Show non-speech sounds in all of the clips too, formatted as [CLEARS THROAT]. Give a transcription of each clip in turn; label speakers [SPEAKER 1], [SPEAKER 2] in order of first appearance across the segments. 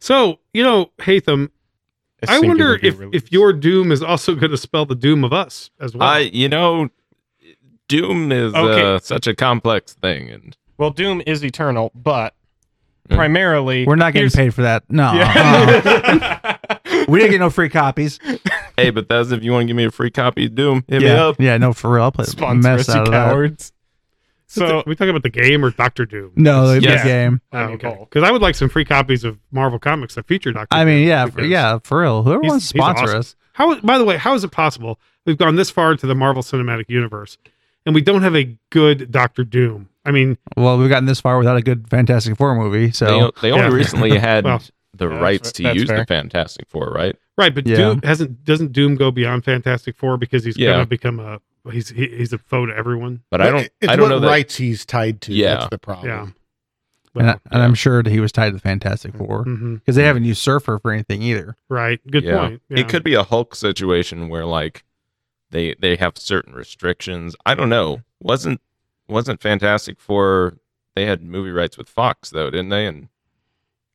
[SPEAKER 1] So, you know, Haytham,
[SPEAKER 2] A
[SPEAKER 1] I
[SPEAKER 2] singular
[SPEAKER 1] wonder
[SPEAKER 2] new
[SPEAKER 1] if,
[SPEAKER 2] release.
[SPEAKER 1] if your doom is also [LAUGHS] going to spell the doom of us as well.
[SPEAKER 3] I, you know, Doom is
[SPEAKER 2] Okay.
[SPEAKER 3] uh, such a complex thing, and
[SPEAKER 2] well, Doom is eternal, but
[SPEAKER 3] Mm.
[SPEAKER 2] primarily
[SPEAKER 4] We're not getting [LAUGHS]
[SPEAKER 2] here's- [LAUGHS]
[SPEAKER 4] paid for that. No. Uh-uh.
[SPEAKER 2] Yeah.
[SPEAKER 4] we didn't get no free copies.
[SPEAKER 3] hey, Bethesda, if you want to give me a free copy of Doom, hit me
[SPEAKER 4] yeah.
[SPEAKER 3] up.
[SPEAKER 4] Yeah, no, for real. I'll play the
[SPEAKER 2] Sponsor
[SPEAKER 4] mess
[SPEAKER 2] us, you
[SPEAKER 4] out of that.
[SPEAKER 2] cowards.
[SPEAKER 1] so,
[SPEAKER 2] So
[SPEAKER 1] we talking about the game or Doctor Doom?
[SPEAKER 4] No, the
[SPEAKER 3] Yes.
[SPEAKER 4] game.
[SPEAKER 2] I
[SPEAKER 1] Oh,
[SPEAKER 2] mean,
[SPEAKER 1] okay.
[SPEAKER 2] both.
[SPEAKER 1] Because I would like some free copies of Marvel comics that feature Doctor.
[SPEAKER 4] I mean,
[SPEAKER 1] Doom,
[SPEAKER 4] yeah, for,
[SPEAKER 1] because-
[SPEAKER 4] yeah, for real. Whoever
[SPEAKER 1] He's-
[SPEAKER 4] wants to
[SPEAKER 1] he's
[SPEAKER 4] sponsor
[SPEAKER 1] awesome.
[SPEAKER 4] us.
[SPEAKER 1] How? By the way, how is it possible we've gone this far into the Marvel Cinematic Universe and we don't have a good Doctor Doom? I mean,
[SPEAKER 4] Well, we've gotten this far without a good Fantastic Four movie, so
[SPEAKER 3] They, they only
[SPEAKER 1] Yeah.
[SPEAKER 2] [LAUGHS]
[SPEAKER 3] recently had
[SPEAKER 1] Well,
[SPEAKER 3] the
[SPEAKER 2] that's
[SPEAKER 3] rights
[SPEAKER 2] fa-
[SPEAKER 3] to
[SPEAKER 2] that's
[SPEAKER 3] use
[SPEAKER 2] fair.
[SPEAKER 3] the Fantastic Four, right?
[SPEAKER 1] right? But
[SPEAKER 4] Yeah.
[SPEAKER 1] Doom hasn't doesn't Doom go beyond Fantastic Four because he's
[SPEAKER 3] Yeah.
[SPEAKER 1] gonna become a he's he, he's a foe to everyone.
[SPEAKER 3] But I don't,
[SPEAKER 5] It's
[SPEAKER 3] I don't
[SPEAKER 5] what
[SPEAKER 3] know that.
[SPEAKER 5] rights he's tied to.
[SPEAKER 3] Yeah.
[SPEAKER 5] That's the problem.
[SPEAKER 1] Yeah.
[SPEAKER 4] and, I,
[SPEAKER 1] Well,
[SPEAKER 4] and I'm sure that he was tied to the Fantastic Four
[SPEAKER 1] mhm,
[SPEAKER 4] because they haven't used Surfer for anything either.
[SPEAKER 1] right. Good
[SPEAKER 3] Yeah.
[SPEAKER 1] point. Yeah.
[SPEAKER 3] It could be a Hulk situation where like they they have certain restrictions. I don't know. Wasn't wasn't Fantastic Four? They had movie rights with Fox though, didn't they? And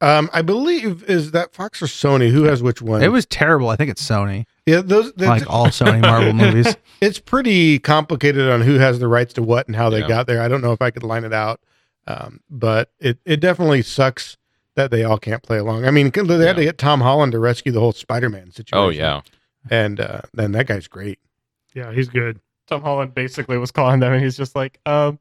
[SPEAKER 5] Um, I believe is that Fox or Sony? Who has which one?
[SPEAKER 4] It was terrible. I think it's
[SPEAKER 5] [LAUGHS]
[SPEAKER 4] Sony,
[SPEAKER 5] yeah. Those that's-
[SPEAKER 4] like all Sony Marvel movies.
[SPEAKER 5] it's pretty complicated on who has the rights to what and how they
[SPEAKER 3] Yeah.
[SPEAKER 5] got there. I don't know if I could line it out, um, but it it definitely sucks that they all can't play along. I mean, 'cause they had to get Tom Holland to rescue the whole Spider-Man situation.
[SPEAKER 3] oh yeah,
[SPEAKER 5] and uh, then that guy's great.
[SPEAKER 1] Yeah, he's good.
[SPEAKER 2] Tom Holland basically was calling them, and he's just like, um,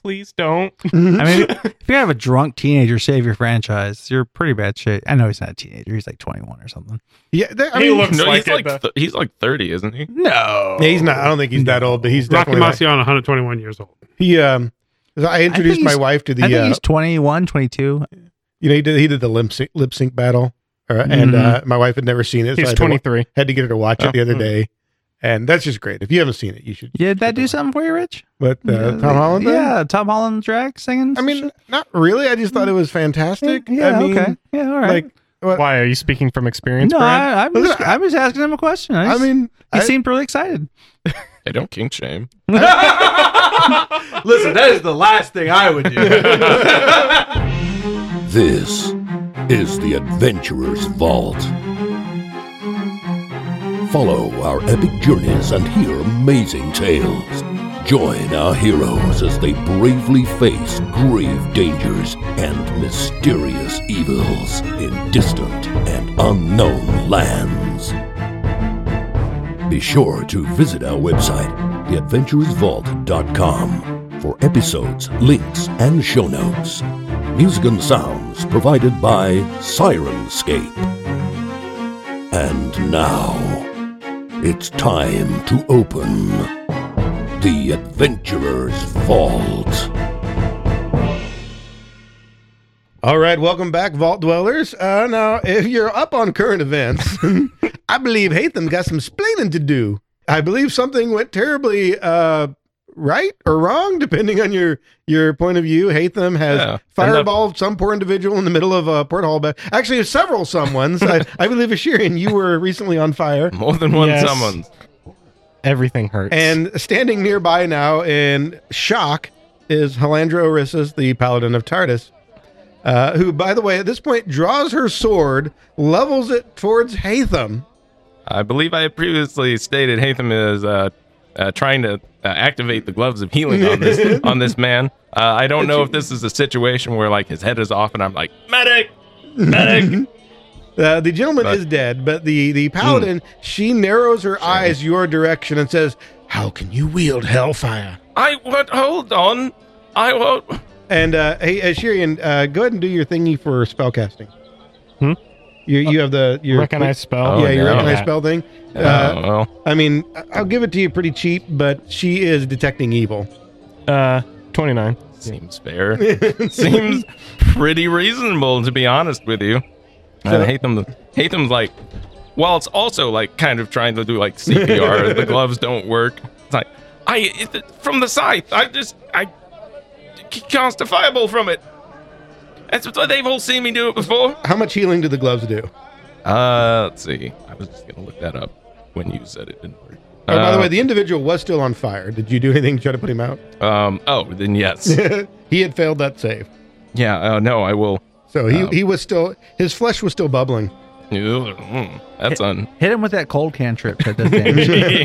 [SPEAKER 2] please don't.
[SPEAKER 4] I mean, if you have a drunk teenager save your franchise, you're pretty bad shit. I know he's not a teenager; he's like 21 or something.
[SPEAKER 5] [LAUGHS] yeah, that, I
[SPEAKER 2] He
[SPEAKER 5] mean,
[SPEAKER 2] looks
[SPEAKER 3] no,
[SPEAKER 2] like uh,
[SPEAKER 3] he's
[SPEAKER 2] it,
[SPEAKER 3] like
[SPEAKER 2] though.
[SPEAKER 3] th- he's like thirty, isn't he?
[SPEAKER 4] No,
[SPEAKER 5] yeah, he's not. I don't think he's that old, but he's
[SPEAKER 1] Rocky
[SPEAKER 5] definitely like-
[SPEAKER 1] Marciano, 121 years old.
[SPEAKER 5] he. Um, I introduced my
[SPEAKER 4] he's-
[SPEAKER 5] wife to the.
[SPEAKER 4] I think
[SPEAKER 5] uh,
[SPEAKER 4] he's 21, 22.
[SPEAKER 5] you know, he did he did the lip sync, lip sync battle, or, and
[SPEAKER 4] Mm-hmm.
[SPEAKER 5] uh, my wife had never seen it.
[SPEAKER 2] He's
[SPEAKER 5] I had to wa-
[SPEAKER 2] 23.
[SPEAKER 5] had to get her to
[SPEAKER 3] Oh.
[SPEAKER 5] watch it the other
[SPEAKER 4] hmm.
[SPEAKER 5] day, and that's just great. If you haven't seen it, you should.
[SPEAKER 4] Yeah, did that do something for you, Rich?
[SPEAKER 5] But uh,
[SPEAKER 4] Yeah,
[SPEAKER 5] Tom Holland, though?
[SPEAKER 4] yeah, Tom Holland drag singing.
[SPEAKER 5] I mean, not really. I just thought it was fantastic.
[SPEAKER 4] yeah,
[SPEAKER 5] I mean,
[SPEAKER 4] okay, yeah, all right.
[SPEAKER 5] Like, what,
[SPEAKER 2] Why are you speaking from experience,
[SPEAKER 4] no,
[SPEAKER 2] Brad?
[SPEAKER 4] I, I'm
[SPEAKER 5] [LAUGHS]
[SPEAKER 4] just, I'm just asking him a question. I,
[SPEAKER 5] I
[SPEAKER 4] just-
[SPEAKER 5] mean,
[SPEAKER 4] he
[SPEAKER 5] I-
[SPEAKER 4] seemed really excited.
[SPEAKER 3] They don't kink shame.
[SPEAKER 4] Listen, that is the last thing I would do.
[SPEAKER 6] This is the Adventurer's Vault. Follow our epic journeys and hear amazing tales. Join our heroes as they bravely face grave dangers and mysterious evils in distant and unknown lands. Be sure to visit our website, theadventurousvault.com, for episodes, links, and show notes. Music and sounds provided by Sirenscape. And now, it's time to open the Adventurer's Vault.
[SPEAKER 5] all right, welcome back, Vault Dwellers. Uh, now, if you're up on current events, [LAUGHS] I believe Hatham got some splaining to do. I believe something went terribly uh, right or wrong, depending on your your point of view. Hatham has
[SPEAKER 3] Yeah.
[SPEAKER 5] fireballed some poor individual in the middle of a port hall. But actually, several someone's. I, I believe Ashirin, you were recently on fire.
[SPEAKER 3] More than one
[SPEAKER 2] Yes.
[SPEAKER 3] summons.
[SPEAKER 2] Everything hurts.
[SPEAKER 5] And standing nearby now in shock is Halandra Orissus, the Paladin of Tardis, uh, who, by the way, at this point draws her sword, levels it towards Hatham.
[SPEAKER 3] I believe I previously stated Hatham is uh, uh, trying to uh, activate the gloves of healing on this on this man. Uh, I don't know if this is a situation where like his head is off and I'm like medic, medic.
[SPEAKER 5] Uh, the gentleman
[SPEAKER 3] But-
[SPEAKER 5] is dead, but the, the Paladin, she narrows her eyes your direction and says, How can you wield Hellfire?
[SPEAKER 3] I what? Hold on. I won't.
[SPEAKER 5] And uh, hey, Ashirian, uh, go ahead and do your thingy for spellcasting.
[SPEAKER 2] Hmm?
[SPEAKER 5] You, you have the your
[SPEAKER 2] recognize spell.
[SPEAKER 3] Oh,
[SPEAKER 5] yeah, your
[SPEAKER 3] no.
[SPEAKER 5] recognize spell thing. Uh,
[SPEAKER 3] oh, well.
[SPEAKER 5] I mean, I- I'll give it to you pretty cheap, but she is detecting evil.
[SPEAKER 2] Uh, [LAUGHS] 29.
[SPEAKER 3] Seems fair. [LAUGHS] Seems pretty reasonable, to be honest with you. I hate them. Hate them's like, while it's also like kind of trying to do like [LAUGHS] CPR. the gloves don't work. It's like, I it, from the scythe. I just I cast a fireball from it. That's what they've all seen me do it before.
[SPEAKER 5] How much healing do the gloves do? Oh,
[SPEAKER 3] Uh, let's see. I was just gonna look that up when you said it didn't work.
[SPEAKER 5] Oh, by the
[SPEAKER 3] Uh,
[SPEAKER 5] way, the individual was still on fire. Did you do anything to try to put him out? [LAUGHS]
[SPEAKER 3] um, oh, then yes.
[SPEAKER 5] he had failed that save.
[SPEAKER 3] yeah. Uh, no, I will.
[SPEAKER 5] So he,
[SPEAKER 3] Um,
[SPEAKER 5] he was still his flesh was still bubbling.
[SPEAKER 3] Mm, That's un.
[SPEAKER 4] Hit him with that cold cantrip that does damage.
[SPEAKER 5] [LAUGHS]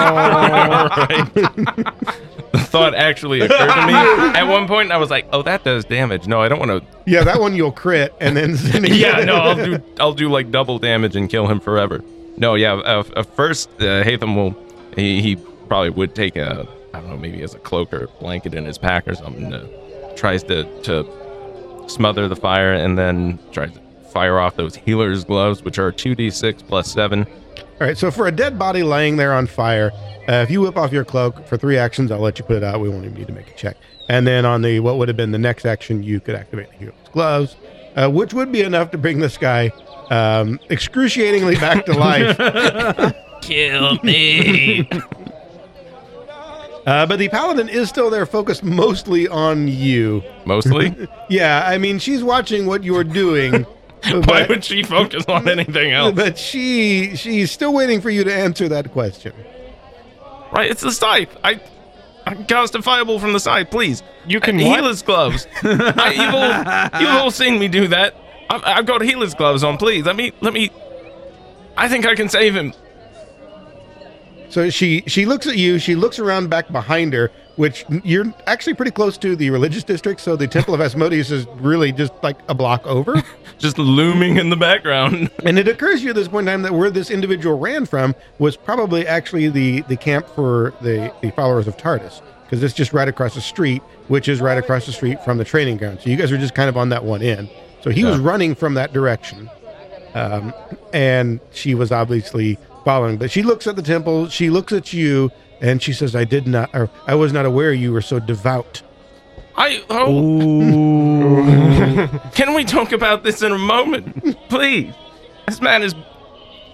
[SPEAKER 3] right. the thought actually occurred [LAUGHS] to me at one point. I was like, "Oh, that does damage." No, I don't want to.
[SPEAKER 5] Yeah, that one you'll crit and then
[SPEAKER 3] [LAUGHS]
[SPEAKER 5] [LAUGHS]
[SPEAKER 3] Yeah, no, I'll do. I'll do like double damage and kill him forever. No, yeah. Uh, uh, first, uh, Hatham will. He, he probably would take a. I don't know. Maybe as a cloak or blanket in his pack or something. To, tries to to smother the fire and then tries to fire off those healer's gloves, which are two d six plus seven.
[SPEAKER 5] All right, so for a dead body laying there on fire, uh, if you whip off your cloak for three actions, I'll let you put it out. We won't even need to make a check. And then on the what would have been the next action, you could activate the hero's gloves, uh, which would be enough to bring this guy um,
[SPEAKER 3] [LAUGHS]
[SPEAKER 5] excruciatingly back to life.
[SPEAKER 3] Kill me.
[SPEAKER 5] Uh, but the paladin is still there, focused mostly on you.
[SPEAKER 3] [LAUGHS] Mostly.
[SPEAKER 5] Yeah, I mean she's watching what you're
[SPEAKER 3] [LAUGHS]
[SPEAKER 5] doing.
[SPEAKER 3] Why
[SPEAKER 5] but-
[SPEAKER 3] would she focus on anything else?
[SPEAKER 5] But she she's still waiting for you to answer that question.
[SPEAKER 3] Right, it's the scythe. I, I'm castifiable from the scythe, please.
[SPEAKER 2] You can
[SPEAKER 3] Uh,
[SPEAKER 2] what?
[SPEAKER 3] healer's gloves. I, you've, all, you've all seen me do that. I've, I've got healer's gloves on, please. Let me, let me. I think I can save him.
[SPEAKER 5] So she she looks at you. She looks around back behind her, which you're actually pretty close to the religious district. So the Temple of Asmodeus is really just like a block over.
[SPEAKER 3] Just looming in the background.
[SPEAKER 5] and it occurs to you at this point in time that where this individual ran from was probably actually the the camp for the the followers of Tardis, because it's just right across the street, which is right across the street from the training ground. So you guys are just kind of on that one end. So he was running from that direction. um, and she was obviously following. But she looks at the temple, she looks at you, and she says, "I did not, or I was not aware you were so devout."
[SPEAKER 3] I. Oh. [LAUGHS] can we talk about this in a moment, please? This man is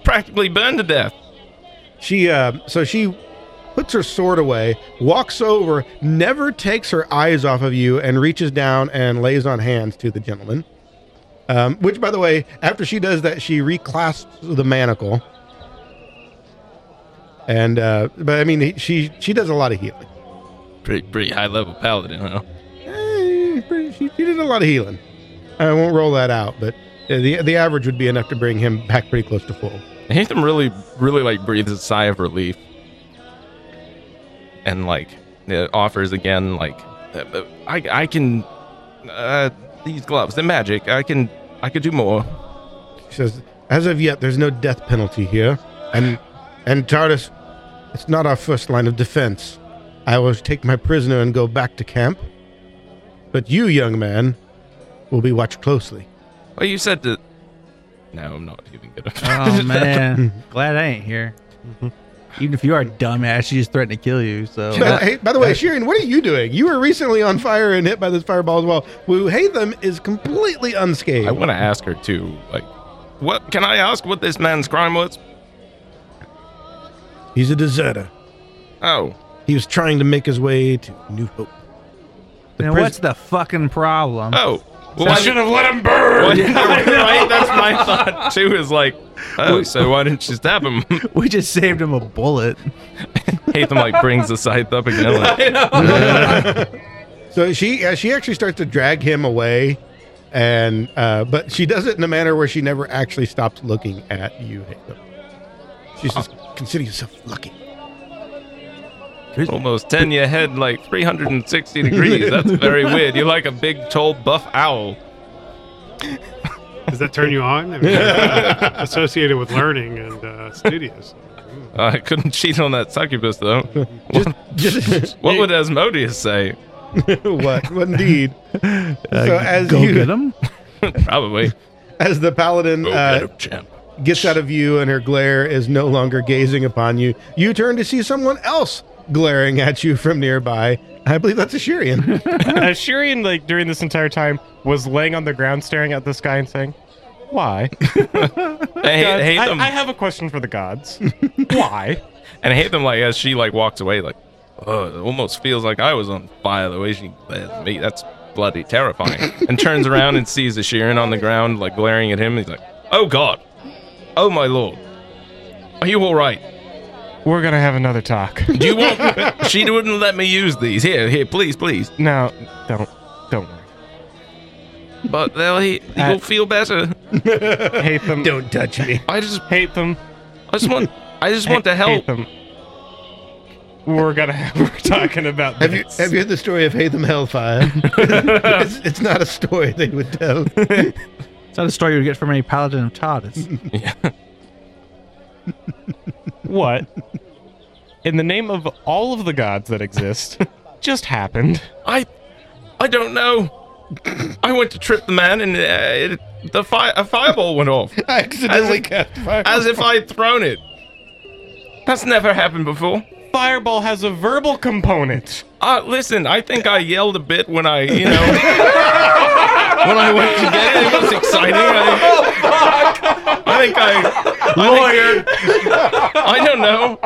[SPEAKER 3] practically burned to death.
[SPEAKER 5] She, uh, so she puts her sword away, walks over, never takes her eyes off of you, and reaches down and lays on hands to the gentleman. Um, which, by the way, after she does that, she reclasps the manacle. And uh, but I mean, he- she she does a lot of healing.
[SPEAKER 3] Pretty, pretty high level paladin, huh?
[SPEAKER 5] Eh, pretty- she, she did a lot of healing. I won't roll that out, but uh, the the average would be enough to bring him back pretty close to full.
[SPEAKER 3] Hatham really, really like breathes a sigh of relief, and like uh, offers again, like uh, uh, I, I can uh, these gloves, the magic, I can, I could do more.
[SPEAKER 5] She says, "As of yet, there's no death penalty here, and and Tardis, it's not our first line of defense. I will take my prisoner and go back to camp, but you, young man, will be watched closely."
[SPEAKER 3] Well, you said that. No, I'm not even gonna. [LAUGHS]
[SPEAKER 5] [LAUGHS]
[SPEAKER 4] oh man, glad I ain't here. Even if you are a dumbass, she just threatened to kill you.
[SPEAKER 5] [LAUGHS]
[SPEAKER 4] So
[SPEAKER 5] By, hey, by the way, Sheeran, what are you doing? You were recently on fire and hit by this fireball as well. Wu Hatham is completely unscathed.
[SPEAKER 3] I want to ask her too. Like, what can I ask? What this man's crime was?
[SPEAKER 5] He's a deserter.
[SPEAKER 3] Oh,
[SPEAKER 5] He was trying to make his way to New Hope. The
[SPEAKER 4] then
[SPEAKER 5] pris-
[SPEAKER 4] what's the fucking problem?
[SPEAKER 3] oh. Well, I should have let him burn. [LAUGHS] right? That's my thought too. Is like, oh, so why didn't you stab him?
[SPEAKER 4] [LAUGHS]
[SPEAKER 3] [LAUGHS]
[SPEAKER 4] We just saved him a bullet.
[SPEAKER 3] Hatham like brings the scythe up again. Like,
[SPEAKER 5] so she uh, she actually starts to drag him away, and uh, but she does it in a manner where she never actually stops looking at you. Hatham. She says,
[SPEAKER 4] Oh.
[SPEAKER 5] "Consider yourself lucky." [LAUGHS]
[SPEAKER 3] almost 10 your head like 360 degrees
[SPEAKER 2] [LAUGHS]
[SPEAKER 3] that's very weird you're like a big tall buff owl
[SPEAKER 1] Does that turn you on? I mean, uh, associated with learning and uh, studios.
[SPEAKER 3] Uh, i couldn't [LAUGHS] cheat on that succubus though what,
[SPEAKER 5] Just
[SPEAKER 3] what would asmodeus say
[SPEAKER 5] what? What
[SPEAKER 4] [LAUGHS]
[SPEAKER 5] indeed? so as
[SPEAKER 4] Go
[SPEAKER 5] you
[SPEAKER 4] get [LAUGHS] him.
[SPEAKER 3] probably
[SPEAKER 5] as the paladin uh,
[SPEAKER 3] champ
[SPEAKER 5] gets out of view and her glare is no longer gazing upon you, you turn to see someone else glaring at you from nearby. I believe that's a Shirian.
[SPEAKER 2] uh, Shurian, like during this entire time, was laying on the ground, staring at the sky and saying, "Why?"
[SPEAKER 3] and
[SPEAKER 2] Gods,
[SPEAKER 3] hate, them
[SPEAKER 2] I, I have a question for the gods. [LAUGHS] Why?
[SPEAKER 3] and hate them like as she like walks away like oh it almost feels like i was on fire the way she glared at me that's bloody
[SPEAKER 2] [LAUGHS]
[SPEAKER 3] terrifying and turns around and sees the sheeran on the ground like glaring at him he's like oh god oh my lord are you all right
[SPEAKER 2] We're gonna have another talk.
[SPEAKER 3] Do you want? she wouldn't let me use these. Here, here, please, please.
[SPEAKER 2] No, don't, don't worry.
[SPEAKER 3] but they'll he, you'll feel better.
[SPEAKER 2] Hate them.
[SPEAKER 5] Don't touch me.
[SPEAKER 3] I just
[SPEAKER 2] Hate them.
[SPEAKER 3] I just want I just want to
[SPEAKER 2] Hate [LAUGHS]
[SPEAKER 3] help.
[SPEAKER 2] them. We're gonna. [LAUGHS] We're talking about.
[SPEAKER 5] Have you
[SPEAKER 2] this.
[SPEAKER 5] have you heard the story of Hatham
[SPEAKER 4] [LAUGHS]
[SPEAKER 5] Hellfire? [LAUGHS] it's, it's not a story they would tell.
[SPEAKER 4] It's not a story you would get from any paladin of Todd. It's
[SPEAKER 5] [LAUGHS]
[SPEAKER 2] what? In the name of all of the gods that exist, [LAUGHS] just happened.
[SPEAKER 3] [LAUGHS] I I don't know. I went to trip the man and uh, it, the fire a fireball went off
[SPEAKER 5] I [LAUGHS] accidentally
[SPEAKER 3] As-
[SPEAKER 5] cast fire.
[SPEAKER 3] as if I'd thrown it. That's never happened before.
[SPEAKER 2] Fireball has a verbal component.
[SPEAKER 3] Uh, listen, I think I yelled a bit when I, you know, when I went to get it. It was exciting. I, I think I lawyer. I don't know.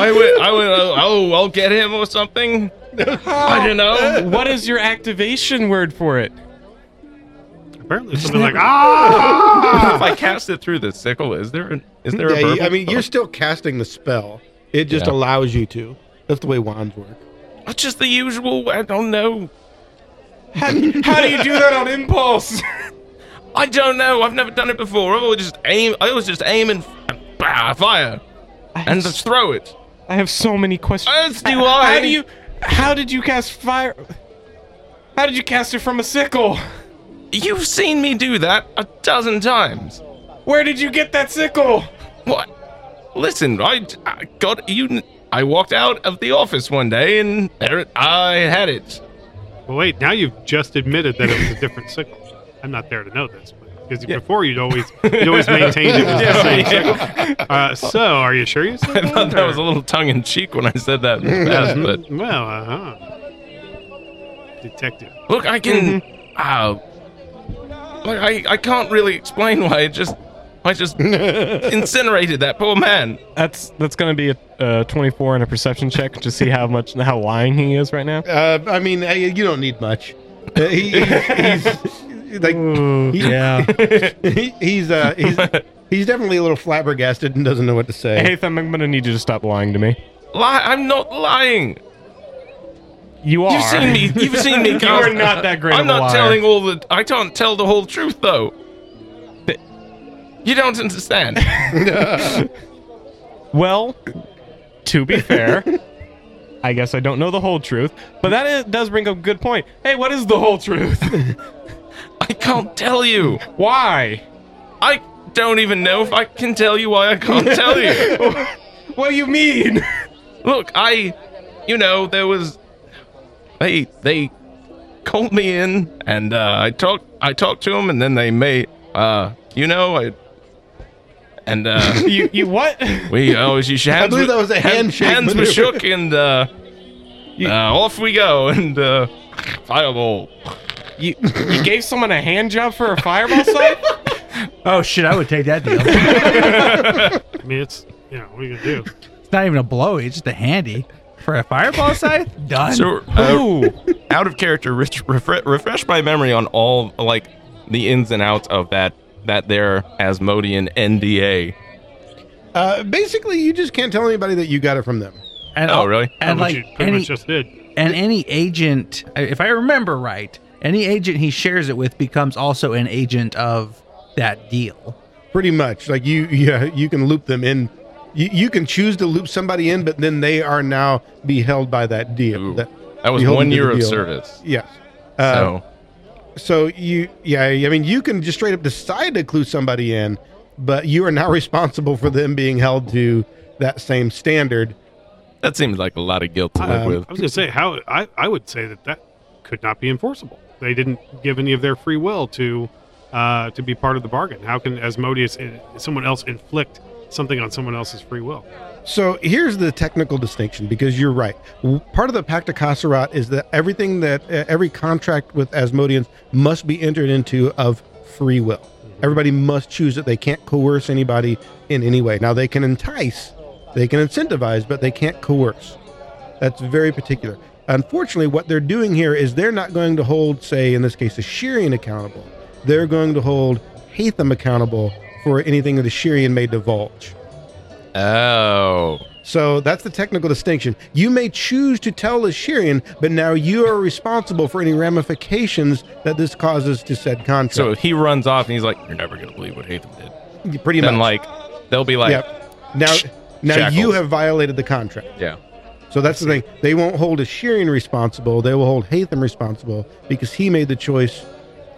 [SPEAKER 3] I went. I went. uh, Oh, I'll get him or something. I don't know.
[SPEAKER 2] What is your activation word for it?
[SPEAKER 1] Apparently, something like ah.
[SPEAKER 3] If I cast it through the sickle, is there? An, is there
[SPEAKER 5] Yeah,
[SPEAKER 3] a?
[SPEAKER 5] you-
[SPEAKER 3] verbal-
[SPEAKER 5] I mean, you're still casting the spell. It just
[SPEAKER 3] Yeah.
[SPEAKER 5] allows you to. That's the way wands work.
[SPEAKER 3] It's just the usual. I don't know.
[SPEAKER 2] How, how do you do that on impulse?
[SPEAKER 3] [LAUGHS] I don't know. I've never done it before. I've always just aim. I always just aim and bah, fire, and just throw it.
[SPEAKER 2] I have so many questions.
[SPEAKER 3] As do I.
[SPEAKER 2] How do you? How did you cast fire? How did you cast it from a sickle?
[SPEAKER 3] You've seen me do that a dozen times.
[SPEAKER 2] Where did you get that sickle?
[SPEAKER 3] What? Listen, I, I got you. I walked out of the office one day and there it, I had it. [LAUGHS]
[SPEAKER 1] Well, wait, now you've just admitted that it was a different sickle. I'm not there to know this, because before you'd always you'd always maintained it was the same sickle. Uh, so, are you sure you said
[SPEAKER 3] I thought that was a
[SPEAKER 1] or-
[SPEAKER 3] little tongue in cheek when I said that. in the past, but
[SPEAKER 1] well, uh huh. Detective,
[SPEAKER 3] look, I can.
[SPEAKER 2] Mm-hmm.
[SPEAKER 3] Uh, look, I I can't really explain why I just
[SPEAKER 2] [LAUGHS]
[SPEAKER 3] I just incinerated that poor man.
[SPEAKER 2] That's that's gonna be a uh, 24 and a perception check to see how much how lying he is right now.
[SPEAKER 5] Uh, I mean, I, you don't need much. Uh, [LAUGHS] he, he's, he's like, he-
[SPEAKER 4] yeah.
[SPEAKER 5] he, he's uh,
[SPEAKER 3] [LAUGHS]
[SPEAKER 5] he's he's definitely a little flabbergasted and doesn't know what to say.
[SPEAKER 2] Hey, Thumb, I'm gonna need you to stop lying to me.
[SPEAKER 3] Lie, I'm not lying.
[SPEAKER 2] You are.
[SPEAKER 3] You've seen me. You've seen me.
[SPEAKER 2] [LAUGHS] You are not that great
[SPEAKER 3] I'm
[SPEAKER 2] of a
[SPEAKER 3] not
[SPEAKER 2] liar.
[SPEAKER 3] telling all the. I can't tell the whole truth though. You
[SPEAKER 2] [LAUGHS]
[SPEAKER 3] don't understand.
[SPEAKER 2] Well, to be fair, I guess I don't know the whole truth, but that is, does bring up a good point. Hey, what is the whole truth?
[SPEAKER 3] I can't tell you.
[SPEAKER 2] Why?
[SPEAKER 3] I don't even know if I can tell you why I can't
[SPEAKER 2] [LAUGHS]
[SPEAKER 3] tell you.
[SPEAKER 2] What do you mean?
[SPEAKER 3] Look, I, you know, there was, they they called me in and uh, I talked I talked to them and then they made uh you know I and
[SPEAKER 5] [LAUGHS]
[SPEAKER 3] uh
[SPEAKER 2] You you what?
[SPEAKER 3] we always used hands.
[SPEAKER 5] believe
[SPEAKER 3] were-
[SPEAKER 5] that was a
[SPEAKER 3] hand-
[SPEAKER 5] handshake
[SPEAKER 3] Hands were
[SPEAKER 5] maneuver.
[SPEAKER 3] shook and uh, uh off we go and uh fireball.
[SPEAKER 2] You you gave someone a hand job for a fireball site?
[SPEAKER 4] [LAUGHS] Oh shit! I would take that deal. it's
[SPEAKER 1] I mean, it's you know, what are you gonna do?
[SPEAKER 4] not even a blowy; it's just a handy for a fireball scythe. Done.
[SPEAKER 3] So uh, out of character, rich, refre- refresh my memory on all like the ins and outs of that that there Asmodian NDA.
[SPEAKER 5] Uh, basically, you just can't tell anybody that you got it from them.
[SPEAKER 4] and,
[SPEAKER 3] Oh, really?
[SPEAKER 4] And
[SPEAKER 1] Which
[SPEAKER 4] like
[SPEAKER 1] you pretty
[SPEAKER 4] any
[SPEAKER 1] much just did.
[SPEAKER 4] and any agent, if I remember right, any agent he shares it with becomes also an agent of that deal.
[SPEAKER 5] Pretty much, like you, [LAUGHS] yeah, you can loop them in. You, you can choose to loop somebody in, but then they are now be held by that deal.
[SPEAKER 3] Ooh.
[SPEAKER 5] That,
[SPEAKER 3] That was
[SPEAKER 5] beholden
[SPEAKER 3] one
[SPEAKER 5] to the
[SPEAKER 3] year of
[SPEAKER 5] deal.
[SPEAKER 3] service.
[SPEAKER 5] Yes. Uh,
[SPEAKER 3] so
[SPEAKER 5] So you, yeah, I mean, you can just straight up decide to clue somebody in, but you are now [LAUGHS] responsible for them being held to that same standard.
[SPEAKER 3] that seems like a lot of guilt to live
[SPEAKER 5] Um,
[SPEAKER 3] with.
[SPEAKER 1] I was gonna say how I, I would say that that could not be enforceable. They didn't give any of their free will to uh, to be part of the bargain. How can Asmodeus in, someone else inflict something on someone else's free will?
[SPEAKER 5] So here's the technical distinction, because you're right. W- Part of the Pacta Casserat is that everything that uh, every contract with Asmodeans must be entered into of free will. Everybody must choose it. They can't coerce anybody in any way. Now they can entice, they can incentivize, but they can't coerce. That's very particular. Unfortunately, what they're doing here is they're not going to hold, say, in this case, the Shirian accountable. They're going to hold Hatham accountable for anything that the Shirian may divulge.
[SPEAKER 3] Oh,
[SPEAKER 5] So that's the technical distinction. You may choose to tell the Shirian, but now you are responsible for any ramifications that this causes to said contract.
[SPEAKER 3] So if he runs off and he's like, "You're never gonna believe what Hatham did,"
[SPEAKER 5] pretty
[SPEAKER 3] then
[SPEAKER 5] much,
[SPEAKER 3] like they'll be like,
[SPEAKER 5] yep. Now, now you
[SPEAKER 3] Shackles.
[SPEAKER 5] have violated the contract.
[SPEAKER 3] "Yeah,
[SPEAKER 5] So that's the thing. They won't hold Assyrian responsible. They will hold Hatham responsible because he made the choice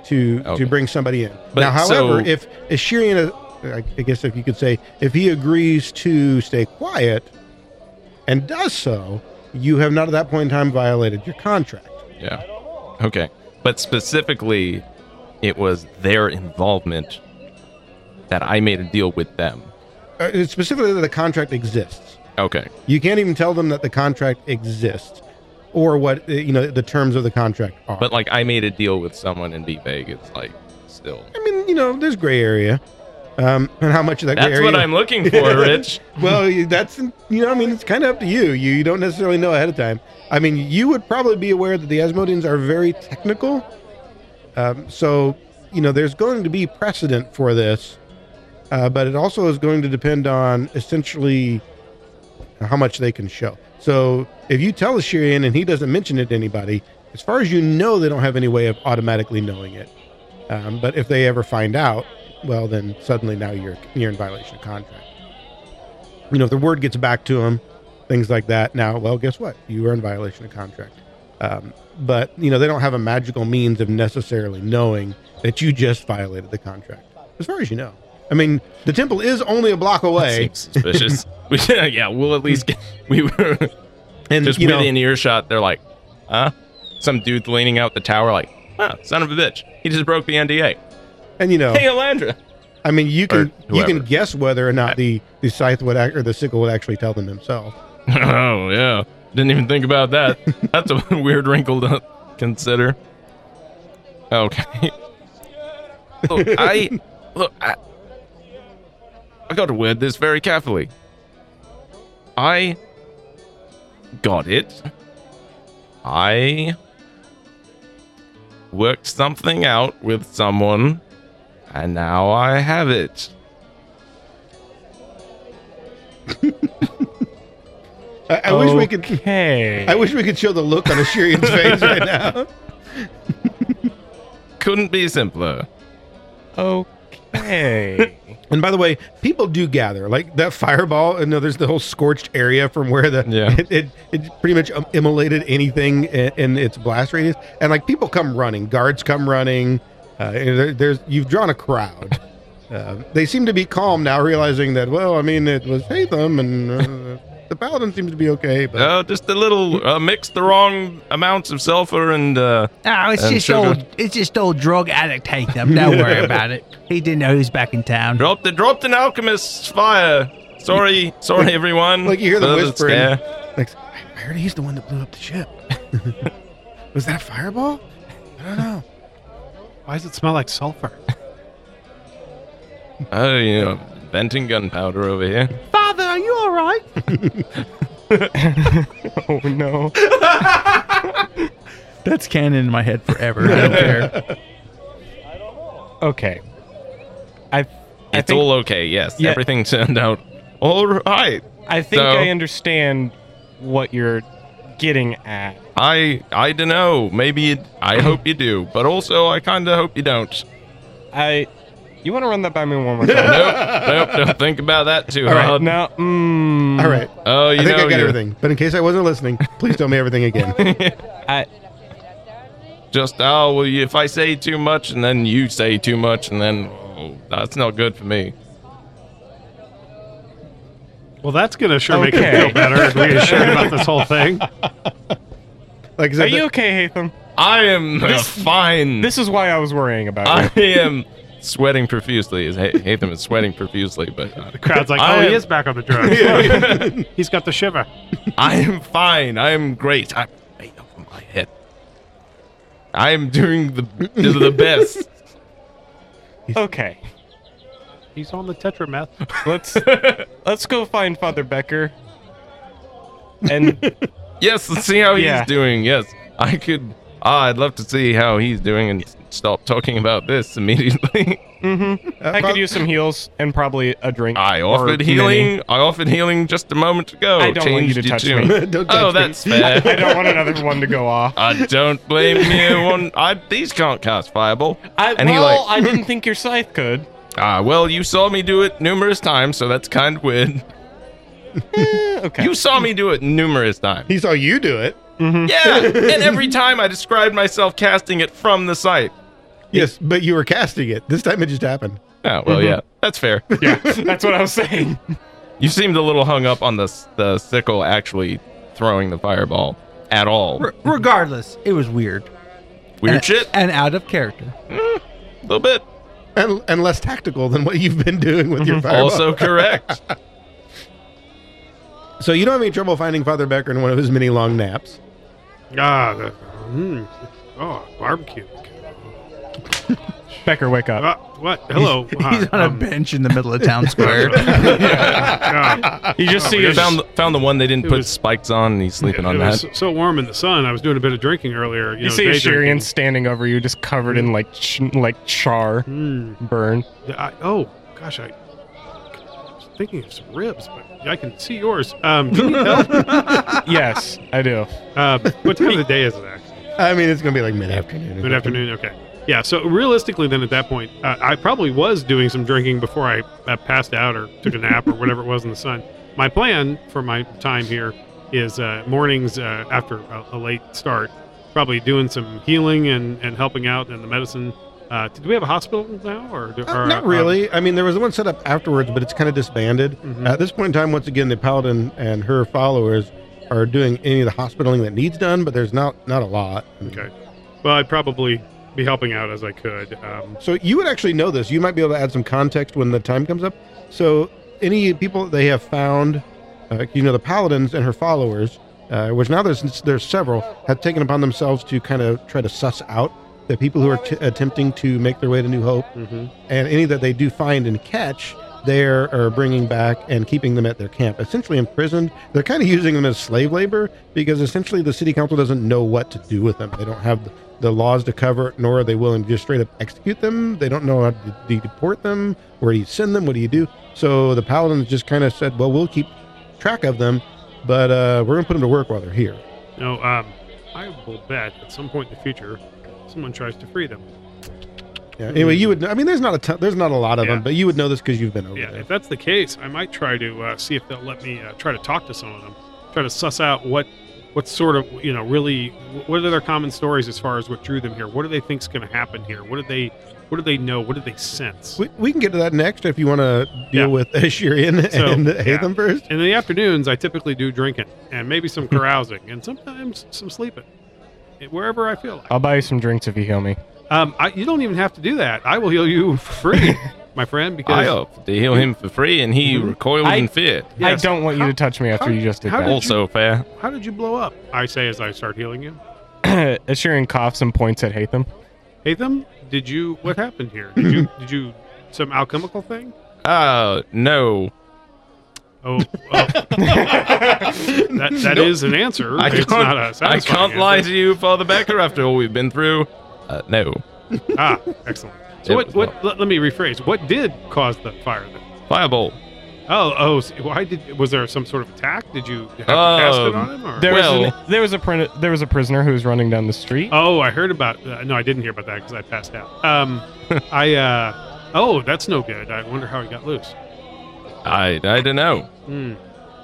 [SPEAKER 5] to
[SPEAKER 3] Okay.
[SPEAKER 5] to bring somebody in.
[SPEAKER 3] But
[SPEAKER 5] now, however,
[SPEAKER 3] so-
[SPEAKER 5] if Assyrian, I I guess if you could say, if he agrees to stay quiet and does so, you have not at that point in time violated your contract.
[SPEAKER 3] yeah, okay." But specifically, it was their involvement that I made a deal with them.
[SPEAKER 5] Uh, specifically, that the contract exists.
[SPEAKER 3] Okay,
[SPEAKER 5] You can't even tell them that the contract exists or what uh, you know the terms of the contract are.
[SPEAKER 3] but like I made a deal with someone in be vague. It's like still.
[SPEAKER 5] I mean, you know, there's gray area. Um, and how much of that gray
[SPEAKER 3] That's
[SPEAKER 5] area?
[SPEAKER 3] what I'm looking
[SPEAKER 5] [LAUGHS]
[SPEAKER 3] for, Rich.
[SPEAKER 5] well, you- that's you know, I mean, it's kind of up to you. You you don't necessarily know ahead of time. I mean, you would probably be aware that the Asmodeans are very technical, um, so you know there's going to be precedent for this, uh, but it also is going to depend on essentially how much they can show. So if you tell the Shirian and he doesn't mention it to anybody, as far as you know, they don't have any way of automatically knowing it. Um, but if they ever find out, well, then suddenly now you're you're in violation of contract you know, if the word gets back to him, things like that. Now, well, guess what? You are in violation of contract. Um, but you know, they don't have a magical means of necessarily knowing that you just violated the contract, as far as you know. I mean, the temple is only a block away,
[SPEAKER 3] Seems suspicious. [LAUGHS] We- yeah, we'll at least get. We were
[SPEAKER 5] and
[SPEAKER 3] just
[SPEAKER 5] you know,
[SPEAKER 3] within earshot. They're like, huh? Some dude leaning out the tower, like, huh, son of a bitch. He just broke the NDA.
[SPEAKER 5] and you know,
[SPEAKER 3] Hey, Alandra.
[SPEAKER 5] I mean, you
[SPEAKER 3] Or
[SPEAKER 5] can you
[SPEAKER 3] whoever.
[SPEAKER 5] can guess whether or not the the scythe would act, or the sickle would actually tell them himself.
[SPEAKER 3] oh yeah, didn't even think about that. That's a weird wrinkle to consider. Okay. [LAUGHS] look, I look. I, I got to word this very carefully. I got it. I worked something out with someone, and now I have it.
[SPEAKER 5] I, I wish we could.
[SPEAKER 2] Okay.
[SPEAKER 5] I wish we could show the look
[SPEAKER 3] [LAUGHS]
[SPEAKER 5] on Assyrian's face right now.
[SPEAKER 3] Couldn't be simpler.
[SPEAKER 2] okay.
[SPEAKER 5] And by the way, people do gather like that fireball. You know, there's the whole scorched area from where the
[SPEAKER 3] Yeah.
[SPEAKER 5] it, it, it pretty much um, immolated anything in, in its blast radius, and like people come running, guards come running. Uh, and there, there's you've drawn a crowd. Uh, they seem to be calm now, realizing that well, I mean, it was Hatham, and uh, the paladin seems to be okay. But
[SPEAKER 3] Uh, just a little uh, mixed the wrong amounts of sulfur and uh,
[SPEAKER 4] Oh, it's
[SPEAKER 3] And
[SPEAKER 4] just
[SPEAKER 3] sugar.
[SPEAKER 4] old. It's just old drug addict Hatham. Don't worry about it. He didn't know he was back in town.
[SPEAKER 3] dropped the dropped an alchemist's fire. Sorry, sorry everyone.
[SPEAKER 5] like you hear the
[SPEAKER 3] Uh,
[SPEAKER 5] whispering,
[SPEAKER 3] yeah.
[SPEAKER 5] like I heard he's the one that blew up the ship. was that a fireball? I don't know.
[SPEAKER 1] Why does it smell like sulfur?
[SPEAKER 3] Oh, you know, inventing gunpowder over here.
[SPEAKER 4] Father, are you all right?
[SPEAKER 2] [LAUGHS] Oh no.
[SPEAKER 4] That's canon in my head forever. I don't [LAUGHS] care.
[SPEAKER 2] Okay. I. I
[SPEAKER 3] It's
[SPEAKER 2] think,
[SPEAKER 3] all okay. Yes,
[SPEAKER 2] Yeah.
[SPEAKER 3] everything turned out all right.
[SPEAKER 2] I think
[SPEAKER 3] so-
[SPEAKER 2] I understand what you're getting at.
[SPEAKER 3] I I don't know. Maybe you,
[SPEAKER 2] [LAUGHS]
[SPEAKER 3] I hope you do, but also I kind of hope you don't.
[SPEAKER 2] I. You want to run that by me one more time?
[SPEAKER 3] [LAUGHS]
[SPEAKER 5] [LAUGHS]
[SPEAKER 3] Nope, nope. Don't think about that too
[SPEAKER 2] All right.
[SPEAKER 3] hard.
[SPEAKER 2] Now. Mm,
[SPEAKER 5] All right.
[SPEAKER 3] Oh, you
[SPEAKER 5] I think
[SPEAKER 3] know
[SPEAKER 5] I got
[SPEAKER 3] you-
[SPEAKER 5] everything. But in case I wasn't listening, please tell me everything again.
[SPEAKER 2] I.
[SPEAKER 3] just oh well if i say too much and then you say too much and then oh, that's not good for me
[SPEAKER 1] [LAUGHS] Well, that's gonna sure make
[SPEAKER 2] Okay.
[SPEAKER 1] him feel better and reassured about this whole thing.
[SPEAKER 5] Like, is
[SPEAKER 2] Are
[SPEAKER 5] that the-
[SPEAKER 2] you okay, Hatham?
[SPEAKER 3] i am uh, fine
[SPEAKER 2] This is why I was worrying about
[SPEAKER 3] i
[SPEAKER 2] you.
[SPEAKER 3] am sweating profusely as Ha- Hatham is sweating profusely but uh,
[SPEAKER 1] The crowd's like,
[SPEAKER 3] I
[SPEAKER 1] "Oh,
[SPEAKER 3] am-
[SPEAKER 1] he is back on the
[SPEAKER 4] [LAUGHS]
[SPEAKER 1] drugs. He's got the shiver."
[SPEAKER 3] [LAUGHS] i am fine i am great i'm right over my head i am doing the the
[SPEAKER 2] [LAUGHS]
[SPEAKER 3] best
[SPEAKER 2] Okay.
[SPEAKER 1] He's on the tetrameth.
[SPEAKER 3] [LAUGHS]
[SPEAKER 2] Let's let's go find Father Becker.
[SPEAKER 3] [LAUGHS]
[SPEAKER 2] And
[SPEAKER 3] yes let's see how
[SPEAKER 2] Yeah.
[SPEAKER 3] he's doing yes i could ah, i'd love to see how he's doing and stop talking about this immediately [LAUGHS]
[SPEAKER 2] Mm-hmm. I could use some heals and probably a drink.
[SPEAKER 3] I
[SPEAKER 2] or
[SPEAKER 3] offered
[SPEAKER 2] many.
[SPEAKER 3] healing. I offered healing just a moment ago.
[SPEAKER 2] I don't want
[SPEAKER 3] Changed
[SPEAKER 2] you to touch
[SPEAKER 3] tune.
[SPEAKER 2] me. [LAUGHS]
[SPEAKER 5] Don't touch
[SPEAKER 3] oh,
[SPEAKER 5] me.
[SPEAKER 3] that's
[SPEAKER 2] I
[SPEAKER 3] fair.
[SPEAKER 2] don't want another one to go off.
[SPEAKER 3] I don't blame you.
[SPEAKER 2] [LAUGHS]
[SPEAKER 3] One, I, these can't cast fireball.
[SPEAKER 2] I,
[SPEAKER 3] and he
[SPEAKER 2] well,
[SPEAKER 3] like,
[SPEAKER 2] I
[SPEAKER 3] [LAUGHS]
[SPEAKER 2] didn't think your scythe could.
[SPEAKER 3] ah, well, you saw me do it numerous times, so that's kind of weird. [LAUGHS]
[SPEAKER 2] Eh, okay.
[SPEAKER 3] You saw me do it numerous times.
[SPEAKER 2] [LAUGHS]
[SPEAKER 5] He saw you do it.
[SPEAKER 3] Yeah, and every time I described myself casting it from the site.
[SPEAKER 5] Yes, but you were casting it. This time it just happened.
[SPEAKER 3] Oh well,
[SPEAKER 2] Mm-hmm.
[SPEAKER 3] yeah,
[SPEAKER 2] [LAUGHS]
[SPEAKER 3] that's fair.
[SPEAKER 2] yeah, [LAUGHS] that's what I
[SPEAKER 1] [LAUGHS]
[SPEAKER 2] was saying.
[SPEAKER 3] You seemed a little hung up on the s- the sickle actually throwing the fireball at all.
[SPEAKER 4] R- regardless, it was weird.
[SPEAKER 2] uh,
[SPEAKER 3] Weird
[SPEAKER 4] and,
[SPEAKER 3] shit, a
[SPEAKER 4] And out of character.
[SPEAKER 3] little bit.
[SPEAKER 5] And, and less tactical than what you've been doing with your fireball.
[SPEAKER 3] Mm-hmm. Also correct.
[SPEAKER 5] [LAUGHS] so you don't have any trouble finding Father Becker in one of his many long naps.
[SPEAKER 1] Ah, the, mm, oh, barbecue.
[SPEAKER 2] Becker, wake up.
[SPEAKER 1] Uh, what? Hello. Hi,
[SPEAKER 4] He's on a
[SPEAKER 1] um,
[SPEAKER 4] bench in the middle of town square.
[SPEAKER 1] God,
[SPEAKER 2] [LAUGHS] You just see
[SPEAKER 3] You
[SPEAKER 2] your
[SPEAKER 3] Uh, found the, found the one they didn't
[SPEAKER 1] It
[SPEAKER 3] put
[SPEAKER 1] was-
[SPEAKER 3] spikes on, and he's sleeping
[SPEAKER 1] it
[SPEAKER 3] on
[SPEAKER 1] was
[SPEAKER 3] that.
[SPEAKER 1] so warm in the sun. I was doing a bit of drinking earlier. You,
[SPEAKER 2] you
[SPEAKER 1] know,
[SPEAKER 2] see
[SPEAKER 1] day
[SPEAKER 2] a
[SPEAKER 1] drinking.
[SPEAKER 2] Shirian standing over you, just covered in like ch- like char
[SPEAKER 1] Mm. [LAUGHS]
[SPEAKER 2] burn.
[SPEAKER 1] I, oh gosh, I was thinking of some ribs, but I can see yours. Um, [LAUGHS] can you tell?
[SPEAKER 2] Yes, I do.
[SPEAKER 1] Uh, what time of the day is it? Actually,
[SPEAKER 5] I mean, it's going to be like mid afternoon.
[SPEAKER 1] good afternoon. Okay, yeah. So realistically, then at that point, uh, I probably was doing some drinking before I uh, passed out or took a nap or whatever it was in the sun. My plan for my time here is uh, mornings uh, after a, a late start, probably doing some healing and, and helping out and the medicine. Uh, do we have a hospital now, or, do-
[SPEAKER 5] Uh,
[SPEAKER 1] or
[SPEAKER 5] not
[SPEAKER 1] uh,
[SPEAKER 5] really. I mean, there was one set up afterwards, but it's kind of disbanded.
[SPEAKER 1] Mhm.
[SPEAKER 5] At this point in time, once again, the paladin and her followers are doing any of the hospitaling that needs done, but there's not not a lot.
[SPEAKER 1] Okay. Well, I'd probably be helping out as I could. Um,
[SPEAKER 5] So you would actually know this. You might be able to add some context when the time comes up. So any people they have found, uh, you know, the paladins and her followers, uh, which now there's there's several, have taken upon themselves to kind of try to suss out the people who are t- attempting to make their way to New Hope,
[SPEAKER 1] mhm.
[SPEAKER 5] and any that they do find and catch, they are are bringing back and keeping them at their camp, essentially imprisoned. They're kind of using them as slave labor because essentially the city council doesn't know what to do with them. They don't have the, the laws to cover it, nor are they willing to just straight up execute them. They don't know how to de- deport them. Where do you send them? What do you do? So the paladins just kind of said, well, we'll keep track of them, but uh, we're going to put them to work while they're here.
[SPEAKER 1] No, um, I will bet at some point in the future, someone tries to free them.
[SPEAKER 5] Yeah. Anyway, you would. I mean, there's not a ton, there's not a lot of
[SPEAKER 1] Yeah.
[SPEAKER 5] them, but you would know this because you've been over
[SPEAKER 1] Yeah,
[SPEAKER 5] there.
[SPEAKER 1] if that's the case, I might try to uh, see if they'll let me uh, try to talk to some of them, try to suss out what what sort of you know really what are their common stories as far as what drew them here. What do they think's going to happen here? What do they what do they know? What do they sense?
[SPEAKER 5] We, we can get to that next if you want to deal
[SPEAKER 1] Yeah.
[SPEAKER 5] with [LAUGHS] Ashirian
[SPEAKER 1] So,
[SPEAKER 5] and
[SPEAKER 1] yeah.
[SPEAKER 5] Hatham first.
[SPEAKER 1] In the afternoons, I typically do drinking and maybe some carousing and sometimes some sleeping, eh, wherever I feel like.
[SPEAKER 2] I'll buy you some drinks if you heal me.
[SPEAKER 1] Um, I, you don't even have to do that. I will heal you for free, my friend.
[SPEAKER 3] I
[SPEAKER 1] Because
[SPEAKER 3] offered to heal him for free, and he recoiled
[SPEAKER 2] Mm-hmm. I-
[SPEAKER 3] in fear.
[SPEAKER 1] Yes.
[SPEAKER 2] I don't want you to touch me after
[SPEAKER 1] how-
[SPEAKER 2] you just did
[SPEAKER 1] how
[SPEAKER 2] that.
[SPEAKER 3] Also fair.
[SPEAKER 1] how did you blow up? I say as I start healing you.
[SPEAKER 2] [LAUGHS] Asherin coughs and points at Hatham.
[SPEAKER 1] Hatham, did you? What happened here? Did you? did you some alchemical thing?
[SPEAKER 3] Oh no,
[SPEAKER 1] Oh,
[SPEAKER 3] [LAUGHS]
[SPEAKER 1] oh. that that is an answer.
[SPEAKER 3] I
[SPEAKER 1] it's
[SPEAKER 3] can't.
[SPEAKER 1] not a
[SPEAKER 3] I
[SPEAKER 1] satisfying
[SPEAKER 3] can't lie
[SPEAKER 1] answer.
[SPEAKER 3] to you, Father Becker. After all we've been through, uh, no
[SPEAKER 1] Ah, excellent. So
[SPEAKER 3] It
[SPEAKER 1] what?
[SPEAKER 3] was
[SPEAKER 1] What? Let, let me rephrase. What did cause the fire? Then?
[SPEAKER 3] fireball.
[SPEAKER 1] Oh, oh. so Why did? Was there some sort of attack? Did you have to cast it
[SPEAKER 3] Um,
[SPEAKER 1] on him? Or?
[SPEAKER 2] There was
[SPEAKER 3] Well-
[SPEAKER 2] an, there was a prin- there was a prisoner who was running down the street.
[SPEAKER 1] Oh, I heard about. Uh, no, I didn't hear about that because I passed out.
[SPEAKER 3] [LAUGHS]
[SPEAKER 1] Um, I. Uh, oh, that's no good. I wonder how he got loose.
[SPEAKER 3] I I don't know.
[SPEAKER 1] Hmm.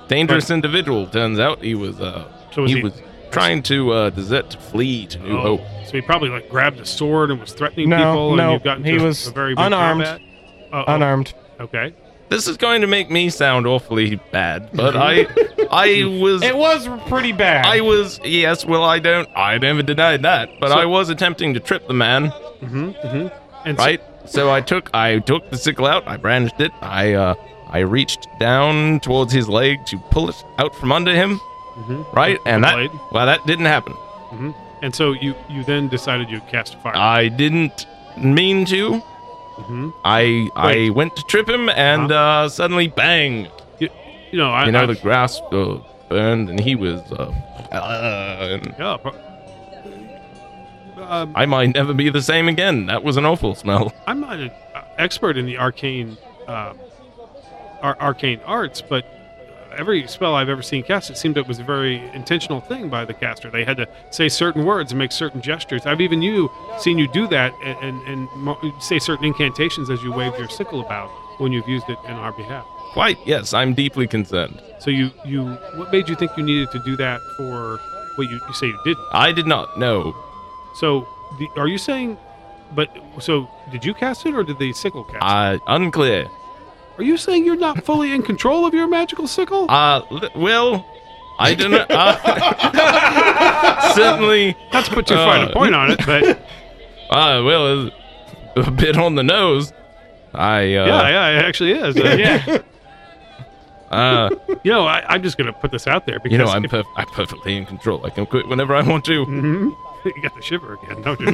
[SPEAKER 3] Dangerous individual. Turns out he was. Uh,
[SPEAKER 1] So was
[SPEAKER 3] he,
[SPEAKER 1] he?
[SPEAKER 3] was trying to uh, desert to flee to New
[SPEAKER 1] oh,
[SPEAKER 3] Hope.
[SPEAKER 1] so he probably like grabbed a sword and was threatening
[SPEAKER 2] No,
[SPEAKER 1] people.
[SPEAKER 2] no,
[SPEAKER 1] and you've gotten
[SPEAKER 2] he
[SPEAKER 1] to a-
[SPEAKER 2] was
[SPEAKER 1] a very big
[SPEAKER 2] unarmed.
[SPEAKER 1] combat? Oh, oh,
[SPEAKER 2] Unarmed.
[SPEAKER 1] Okay.
[SPEAKER 3] This is going to make me sound awfully bad, but
[SPEAKER 1] [LAUGHS]
[SPEAKER 3] I I was
[SPEAKER 2] It was pretty bad.
[SPEAKER 3] I was yes. Well, I don't. I never denied that, but
[SPEAKER 1] So-
[SPEAKER 3] I was attempting to trip the man.
[SPEAKER 1] Mm-hmm, mm-hmm. And so-
[SPEAKER 3] right? So I took I took the sickle out, I brandished it, I uh I reached down towards his leg to pull it out from under him,
[SPEAKER 1] mhm,
[SPEAKER 3] right? And
[SPEAKER 1] the
[SPEAKER 3] that
[SPEAKER 1] blade.
[SPEAKER 3] well that didn't happen.
[SPEAKER 1] mhm. And so you you then decided you'd cast fire.
[SPEAKER 3] I didn't mean to.
[SPEAKER 1] hmm
[SPEAKER 3] I
[SPEAKER 1] Wait. Uh-huh.
[SPEAKER 3] I went to trip him and uh suddenly bang.
[SPEAKER 1] You know. I,
[SPEAKER 3] You know
[SPEAKER 1] I,
[SPEAKER 3] the grass uh, burned and he was uh, uh and
[SPEAKER 1] yeah. pro- Um,
[SPEAKER 3] I might never be the same again. That was an awful smell.
[SPEAKER 1] I'm not. A, expert in the arcane uh, ar- arcane arts, but every spell I've ever seen cast, it seemed it was a very intentional thing by the caster. They had to say certain words and make certain gestures. I've even you seen you do that and and, and mo- say certain incantations as you waved your sickle about when you've used it in our behalf.
[SPEAKER 3] Quite, yes, I'm deeply concerned.
[SPEAKER 1] So you you what made you think you needed to do that for what you, you say you didn't?
[SPEAKER 3] I did not know.
[SPEAKER 1] So the, are you saying? But so did you cast it or did the sickle cast? it?
[SPEAKER 3] Uh, unclear.
[SPEAKER 1] Are you saying you're not fully in control of your magical sickle?
[SPEAKER 3] Uh, l- Will, I do not. Uh, [LAUGHS] certainly,
[SPEAKER 1] That's put too
[SPEAKER 3] uh,
[SPEAKER 1] fine a point on it, but
[SPEAKER 3] uh, Will is a bit on the nose. I, uh,
[SPEAKER 1] yeah, yeah, it actually is. Uh, yeah,
[SPEAKER 3] uh,
[SPEAKER 1] you know, I, I'm just gonna put this out there because
[SPEAKER 3] you know, I'm,
[SPEAKER 1] if- [LAUGHS]
[SPEAKER 3] perf- I'm perfectly in control. I can quit whenever I want to.
[SPEAKER 1] Mhm. you got the shiver again, don't you?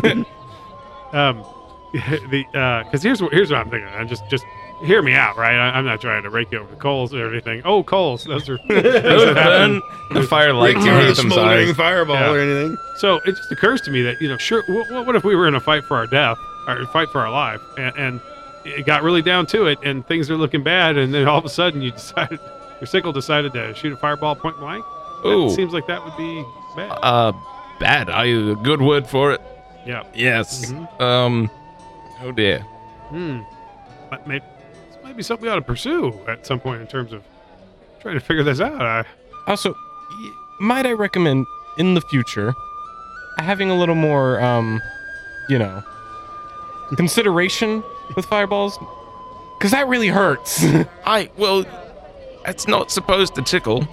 [SPEAKER 1] [LAUGHS] um, [LAUGHS] the because here's what here's what I'm thinking. I just just hear me out, right? I, I'm not trying to rake you over the coals or everything. Oh, coals, those are
[SPEAKER 3] [LAUGHS] Those burn the fire lights
[SPEAKER 5] [CLEARS THROAT]
[SPEAKER 3] in
[SPEAKER 5] Or the
[SPEAKER 3] Hatham's
[SPEAKER 5] smoldering
[SPEAKER 3] eyes.
[SPEAKER 5] fireball
[SPEAKER 1] Yeah.
[SPEAKER 5] or anything.
[SPEAKER 1] So it just occurs to me that you know, sure, what, what if we were in a fight for our death or fight for our life, and, and it got really down to it, and things are looking bad, and then all of a sudden you [LAUGHS] decided your sickle decided to shoot a fireball point blank. It
[SPEAKER 3] Ooh.
[SPEAKER 1] seems like that would be bad.
[SPEAKER 3] Uh, bad. I a good word for it.
[SPEAKER 1] Yeah.
[SPEAKER 3] Yes.
[SPEAKER 1] Mm-hmm.
[SPEAKER 3] Um. Oh dear.
[SPEAKER 1] Hmm. But may this might be something we ought to pursue at some point in terms of trying to figure this out. I,
[SPEAKER 2] Also, y- might I recommend in the future having a little more, um, you know, consideration with fireballs? Because that really hurts. [LAUGHS]
[SPEAKER 3] I well, it's not supposed to tickle.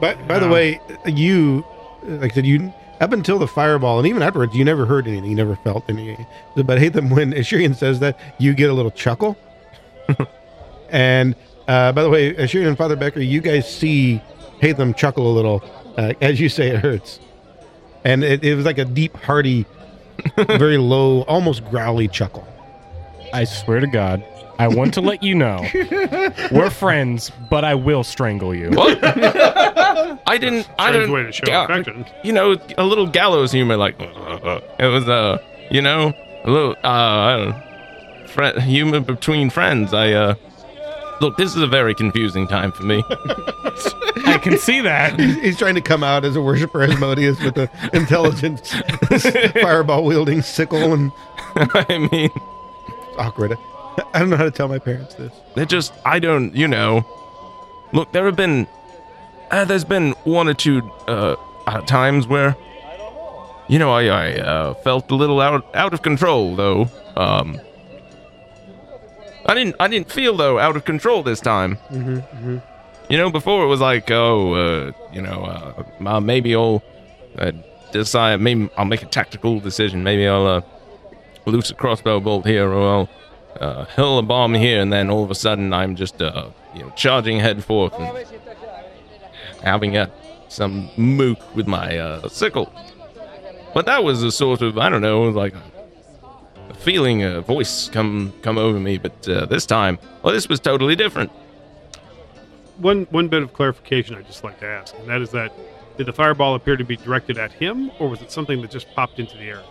[SPEAKER 5] By, by the
[SPEAKER 1] Yeah.
[SPEAKER 5] way, you like did you up until the fireball and even afterwards you never heard anything, you never felt anything. But I hate them when Ashurian says that you get a little chuckle. [LAUGHS] and uh, by the way, Ashurian and Father Becker, you guys see Hatham chuckle a little uh, as you say it hurts, and it, it was like a deep,
[SPEAKER 1] [LAUGHS]
[SPEAKER 5] hearty, very low, almost growly chuckle.
[SPEAKER 2] I swear to God, I want to let you [LAUGHS] know we're friends, but I will strangle you.
[SPEAKER 3] What? I didn't. I
[SPEAKER 1] strange
[SPEAKER 3] don't.
[SPEAKER 1] way to show
[SPEAKER 3] yeah,
[SPEAKER 1] affection.
[SPEAKER 3] you know, a little gallows humor. Like it was uh, you know, a little uh, I don't friend humor between friends. I uh, look, this is a very confusing time for me. [LAUGHS]
[SPEAKER 2] I can see that. [LAUGHS]
[SPEAKER 5] He's, he's trying to come out as a worshiper Asmodeus with an intelligent fireball wielding sickle and
[SPEAKER 3] I mean,
[SPEAKER 5] awkward. I don't know how to tell my parents this.
[SPEAKER 3] They're just, I don't, you know. Look, there have been, uh, there's been one or two uh, uh, times where, you know, I, I uh, felt a little out out of control though. Um, I didn't, I didn't feel though out of control this time. Mm-hmm, You know, before it was like, oh, uh, you know, uh, uh, maybe I'll uh, decide, maybe I'll make a tactical decision. Maybe I'll uh, loose a crossbow bolt here, or I'll uh, hurl a bomb here, and then all of a sudden I'm just uh, you know charging head forth and having a, some mook with my uh, sickle. But that was a sort of I don't know, it was like a feeling, a voice come come over me. But uh, this time, well, this was totally different.
[SPEAKER 1] One one bit of clarification I'd just like to ask, and that is that did the fireball appear to be directed at him, or was it something that just popped into the air?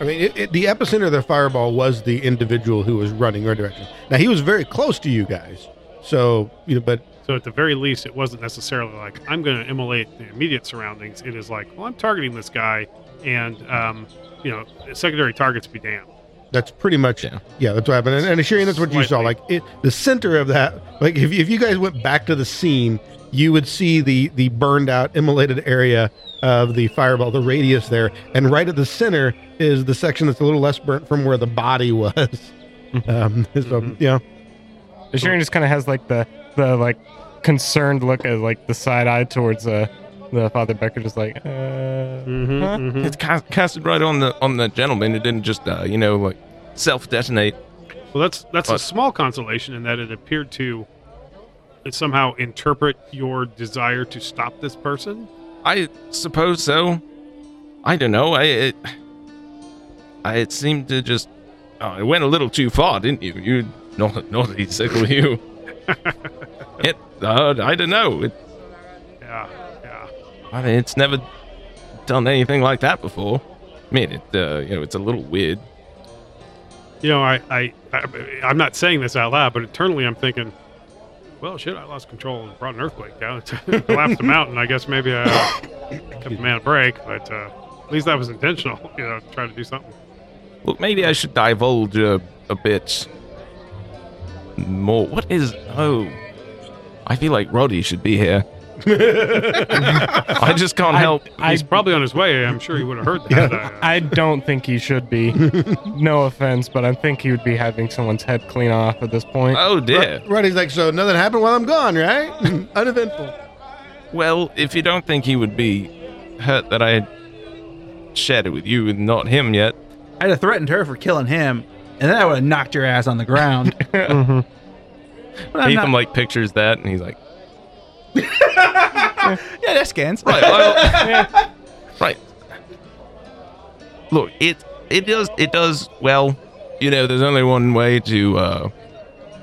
[SPEAKER 5] I mean, it, it, the epicenter of the fireball was the individual who was running your direction. Now he was very close to you guys, so you know. But
[SPEAKER 1] So at the very least, it wasn't necessarily like I'm going to immolate the immediate surroundings. It is like, well, I'm targeting this guy, and um, you know, secondary targets be damned.
[SPEAKER 5] that's pretty much yeah.
[SPEAKER 3] Yeah.
[SPEAKER 5] that's what happened. And, and Ashurian, that's what you saw.
[SPEAKER 1] Slightly.
[SPEAKER 5] Like it, the center of that. Like if, if you guys went back to the scene, you would see the the burned out, immolated area of the fireball, the radius there, and right at the center is the section that's a little less burnt from where the body [LAUGHS] was. um, so yeah,
[SPEAKER 2] Sharon just kind of has like the the like concerned look as like the side eye towards uh the Father Becker, just like uh,
[SPEAKER 1] Mm-hmm,
[SPEAKER 2] Huh?
[SPEAKER 3] It's ca- casted right on the on the gentleman. It didn't just uh, you know like self detonate.
[SPEAKER 1] Well, that's that's a
[SPEAKER 3] But-
[SPEAKER 1] small consolation in that it appeared to uh, somehow interpret your desire to stop this person.
[SPEAKER 3] I suppose so. I don't know. I it, I it seemed to just oh, it went a little too far, didn't you? You naughty, [LAUGHS] naughty sickle, you. it uh, I don't know. It,
[SPEAKER 1] Yeah, yeah.
[SPEAKER 3] I mean, it's never done anything like that before. I mean, it uh, you know, it's a little weird.
[SPEAKER 1] you know, I, I, I, I'm not saying this out loud, but internally I'm thinking, well, shit, I lost control and brought an earthquake down, [LAUGHS] It collapsed a mountain. I guess maybe I uh, [COUGHS] kept the man a break, but uh, at least that was intentional. [LAUGHS] You know, try to do something.
[SPEAKER 3] Well, maybe I should divulge a, a bit more. What is. Oh. I feel like Roddy should be here. I just can't help.
[SPEAKER 2] I,
[SPEAKER 1] He's probably on his way. I'm sure he would have heard that. Uh,
[SPEAKER 2] I don't think he should be. no offense, but I think he would be having someone's head clean off at this point.
[SPEAKER 3] Oh dear.
[SPEAKER 5] Ruddy's like, so nothing happened while I'm gone, [LAUGHS] right? Uneventful.
[SPEAKER 3] Well, if you don't think he would be hurt that I shared it with you and not him yet,
[SPEAKER 4] I'd have threatened her for killing him, and then I would have knocked your ass on the ground.
[SPEAKER 2] Mhm.
[SPEAKER 4] But I'm
[SPEAKER 3] Ethan
[SPEAKER 4] not,
[SPEAKER 3] like pictures that and he's like,
[SPEAKER 4] yeah, that scans.
[SPEAKER 3] right,
[SPEAKER 4] [LAUGHS]
[SPEAKER 3] well, right. Look, it it does it does well. You know, there's only one way to. uh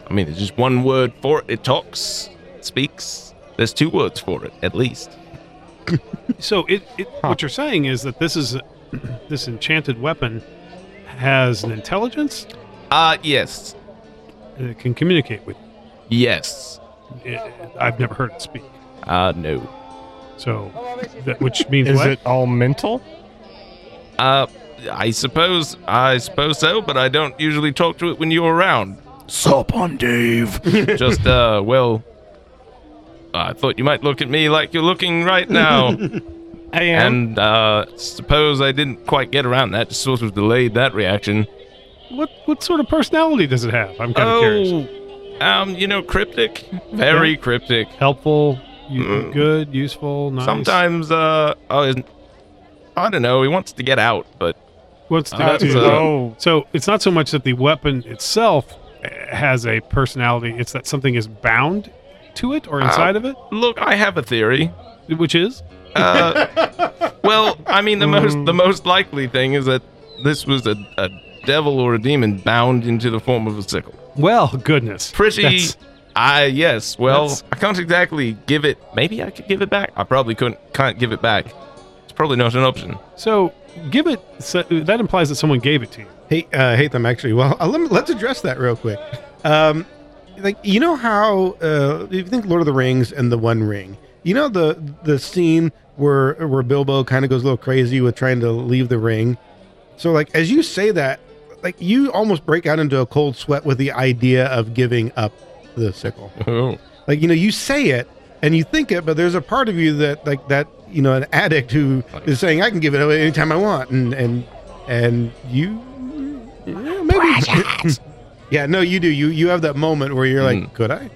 [SPEAKER 3] I mean, there's just one word for it. It talks, speaks. There's two words for it at least.
[SPEAKER 1] so it, it what you're saying is that this is [CLEARS THROAT] this enchanted weapon has an intelligence
[SPEAKER 3] Uh yes,
[SPEAKER 1] and it can communicate with.
[SPEAKER 3] yes.
[SPEAKER 1] It, I've never heard it speak.
[SPEAKER 3] Uh no.
[SPEAKER 1] So, that, which means
[SPEAKER 2] Is
[SPEAKER 1] what?
[SPEAKER 2] it all mental?
[SPEAKER 3] Uh, I suppose, I suppose so, but I don't usually talk to it when
[SPEAKER 1] [LAUGHS]
[SPEAKER 3] you're around.
[SPEAKER 6] Sup on Dave.
[SPEAKER 3] Just, uh, well, I thought you might look at me like you're looking
[SPEAKER 1] [LAUGHS]
[SPEAKER 3] right now,
[SPEAKER 2] I am.
[SPEAKER 3] and uh, suppose I didn't quite get around that. Just sort of delayed that reaction.
[SPEAKER 1] What what sort of personality does it have? I'm kind of
[SPEAKER 3] oh,
[SPEAKER 1] curious.
[SPEAKER 3] um, you know, cryptic, very cryptic.
[SPEAKER 1] Helpful, u-
[SPEAKER 3] Mm.
[SPEAKER 1] good, useful, nice.
[SPEAKER 3] Sometimes, uh, oh, isn't- I don't know. He wants to get out, but
[SPEAKER 1] What's the,
[SPEAKER 3] That's,
[SPEAKER 1] dude,
[SPEAKER 3] uh,
[SPEAKER 2] oh,
[SPEAKER 1] So it's not so much that the weapon itself uh, has a personality; it's that something is bound to it or inside of it,
[SPEAKER 3] look, I have a theory.
[SPEAKER 1] which is
[SPEAKER 3] Uh, well, I mean, the most
[SPEAKER 1] Mm.
[SPEAKER 3] the most likely thing is that this was a, a devil or a demon bound into the form of a sickle.
[SPEAKER 1] well, goodness,
[SPEAKER 3] Pretty.
[SPEAKER 1] That's-
[SPEAKER 3] I yes. Well,
[SPEAKER 1] That's-
[SPEAKER 3] I can't exactly give it. Maybe I could give it back. I probably couldn't. Can't give it back. It's probably not an option. [LAUGHS]
[SPEAKER 1] so give it. So that implies that someone gave it to you.
[SPEAKER 5] Hey, uh, hate them actually. Well, [LAUGHS] uh, let, us address that real quick. Um, like you know how uh, if you think Lord of the Rings and the One Ring, you know the the scene where where Bilbo kind of goes a little crazy with trying to leave the ring. So like as you say that, like you almost break out into a cold sweat with the idea of giving up the sickle.
[SPEAKER 3] Oh.
[SPEAKER 5] Like you know you say it and you think it, but there's a part of you that like that you know an addict who is saying I can give it away anytime I want, and and and you yeah,
[SPEAKER 2] [LAUGHS]
[SPEAKER 5] maybe yeah no you do you you have that moment where you're like
[SPEAKER 3] Mm.
[SPEAKER 5] could I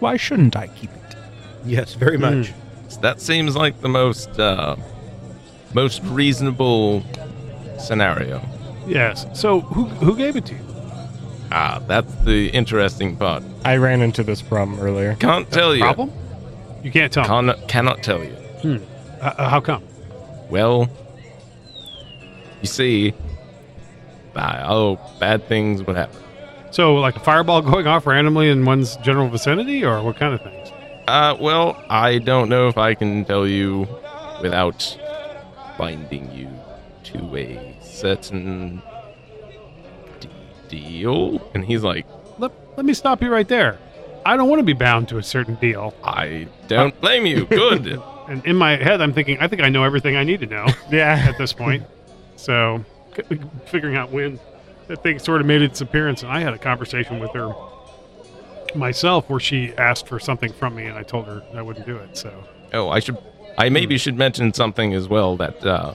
[SPEAKER 4] Why shouldn't I keep it?
[SPEAKER 5] yes very
[SPEAKER 3] Mm.
[SPEAKER 5] much
[SPEAKER 3] That seems like the most uh, most reasonable scenario.
[SPEAKER 1] Yes. So who who gave it to you?
[SPEAKER 3] Ah, that's the interesting part.
[SPEAKER 2] I ran into this problem
[SPEAKER 3] [LAUGHS]
[SPEAKER 2] earlier.
[SPEAKER 3] Can't tell you.
[SPEAKER 1] Problem? You can't tell.
[SPEAKER 3] Can, cannot tell you.
[SPEAKER 1] Uh, uh, how come?
[SPEAKER 3] Well, you see, I, oh, bad things would happen.
[SPEAKER 1] So like a fireball [LAUGHS] going off randomly in one's general vicinity, or what kind of things?
[SPEAKER 3] Uh, well, I don't know if I can tell you without binding you to a certain d- deal. And he's like,
[SPEAKER 1] Let, let me stop you right there. I don't want to be bound to a certain deal.
[SPEAKER 3] I don't blame you. Good.
[SPEAKER 1] And in my head, I'm thinking, I think I know everything I need to know
[SPEAKER 2] Yeah.
[SPEAKER 1] at this point. So, c- figuring out when that thing sort of made its appearance, and I had a conversation with her myself where she asked for something from me, and I told her I wouldn't do it. So,
[SPEAKER 3] Oh, I should. I maybe should mention something as well that uh,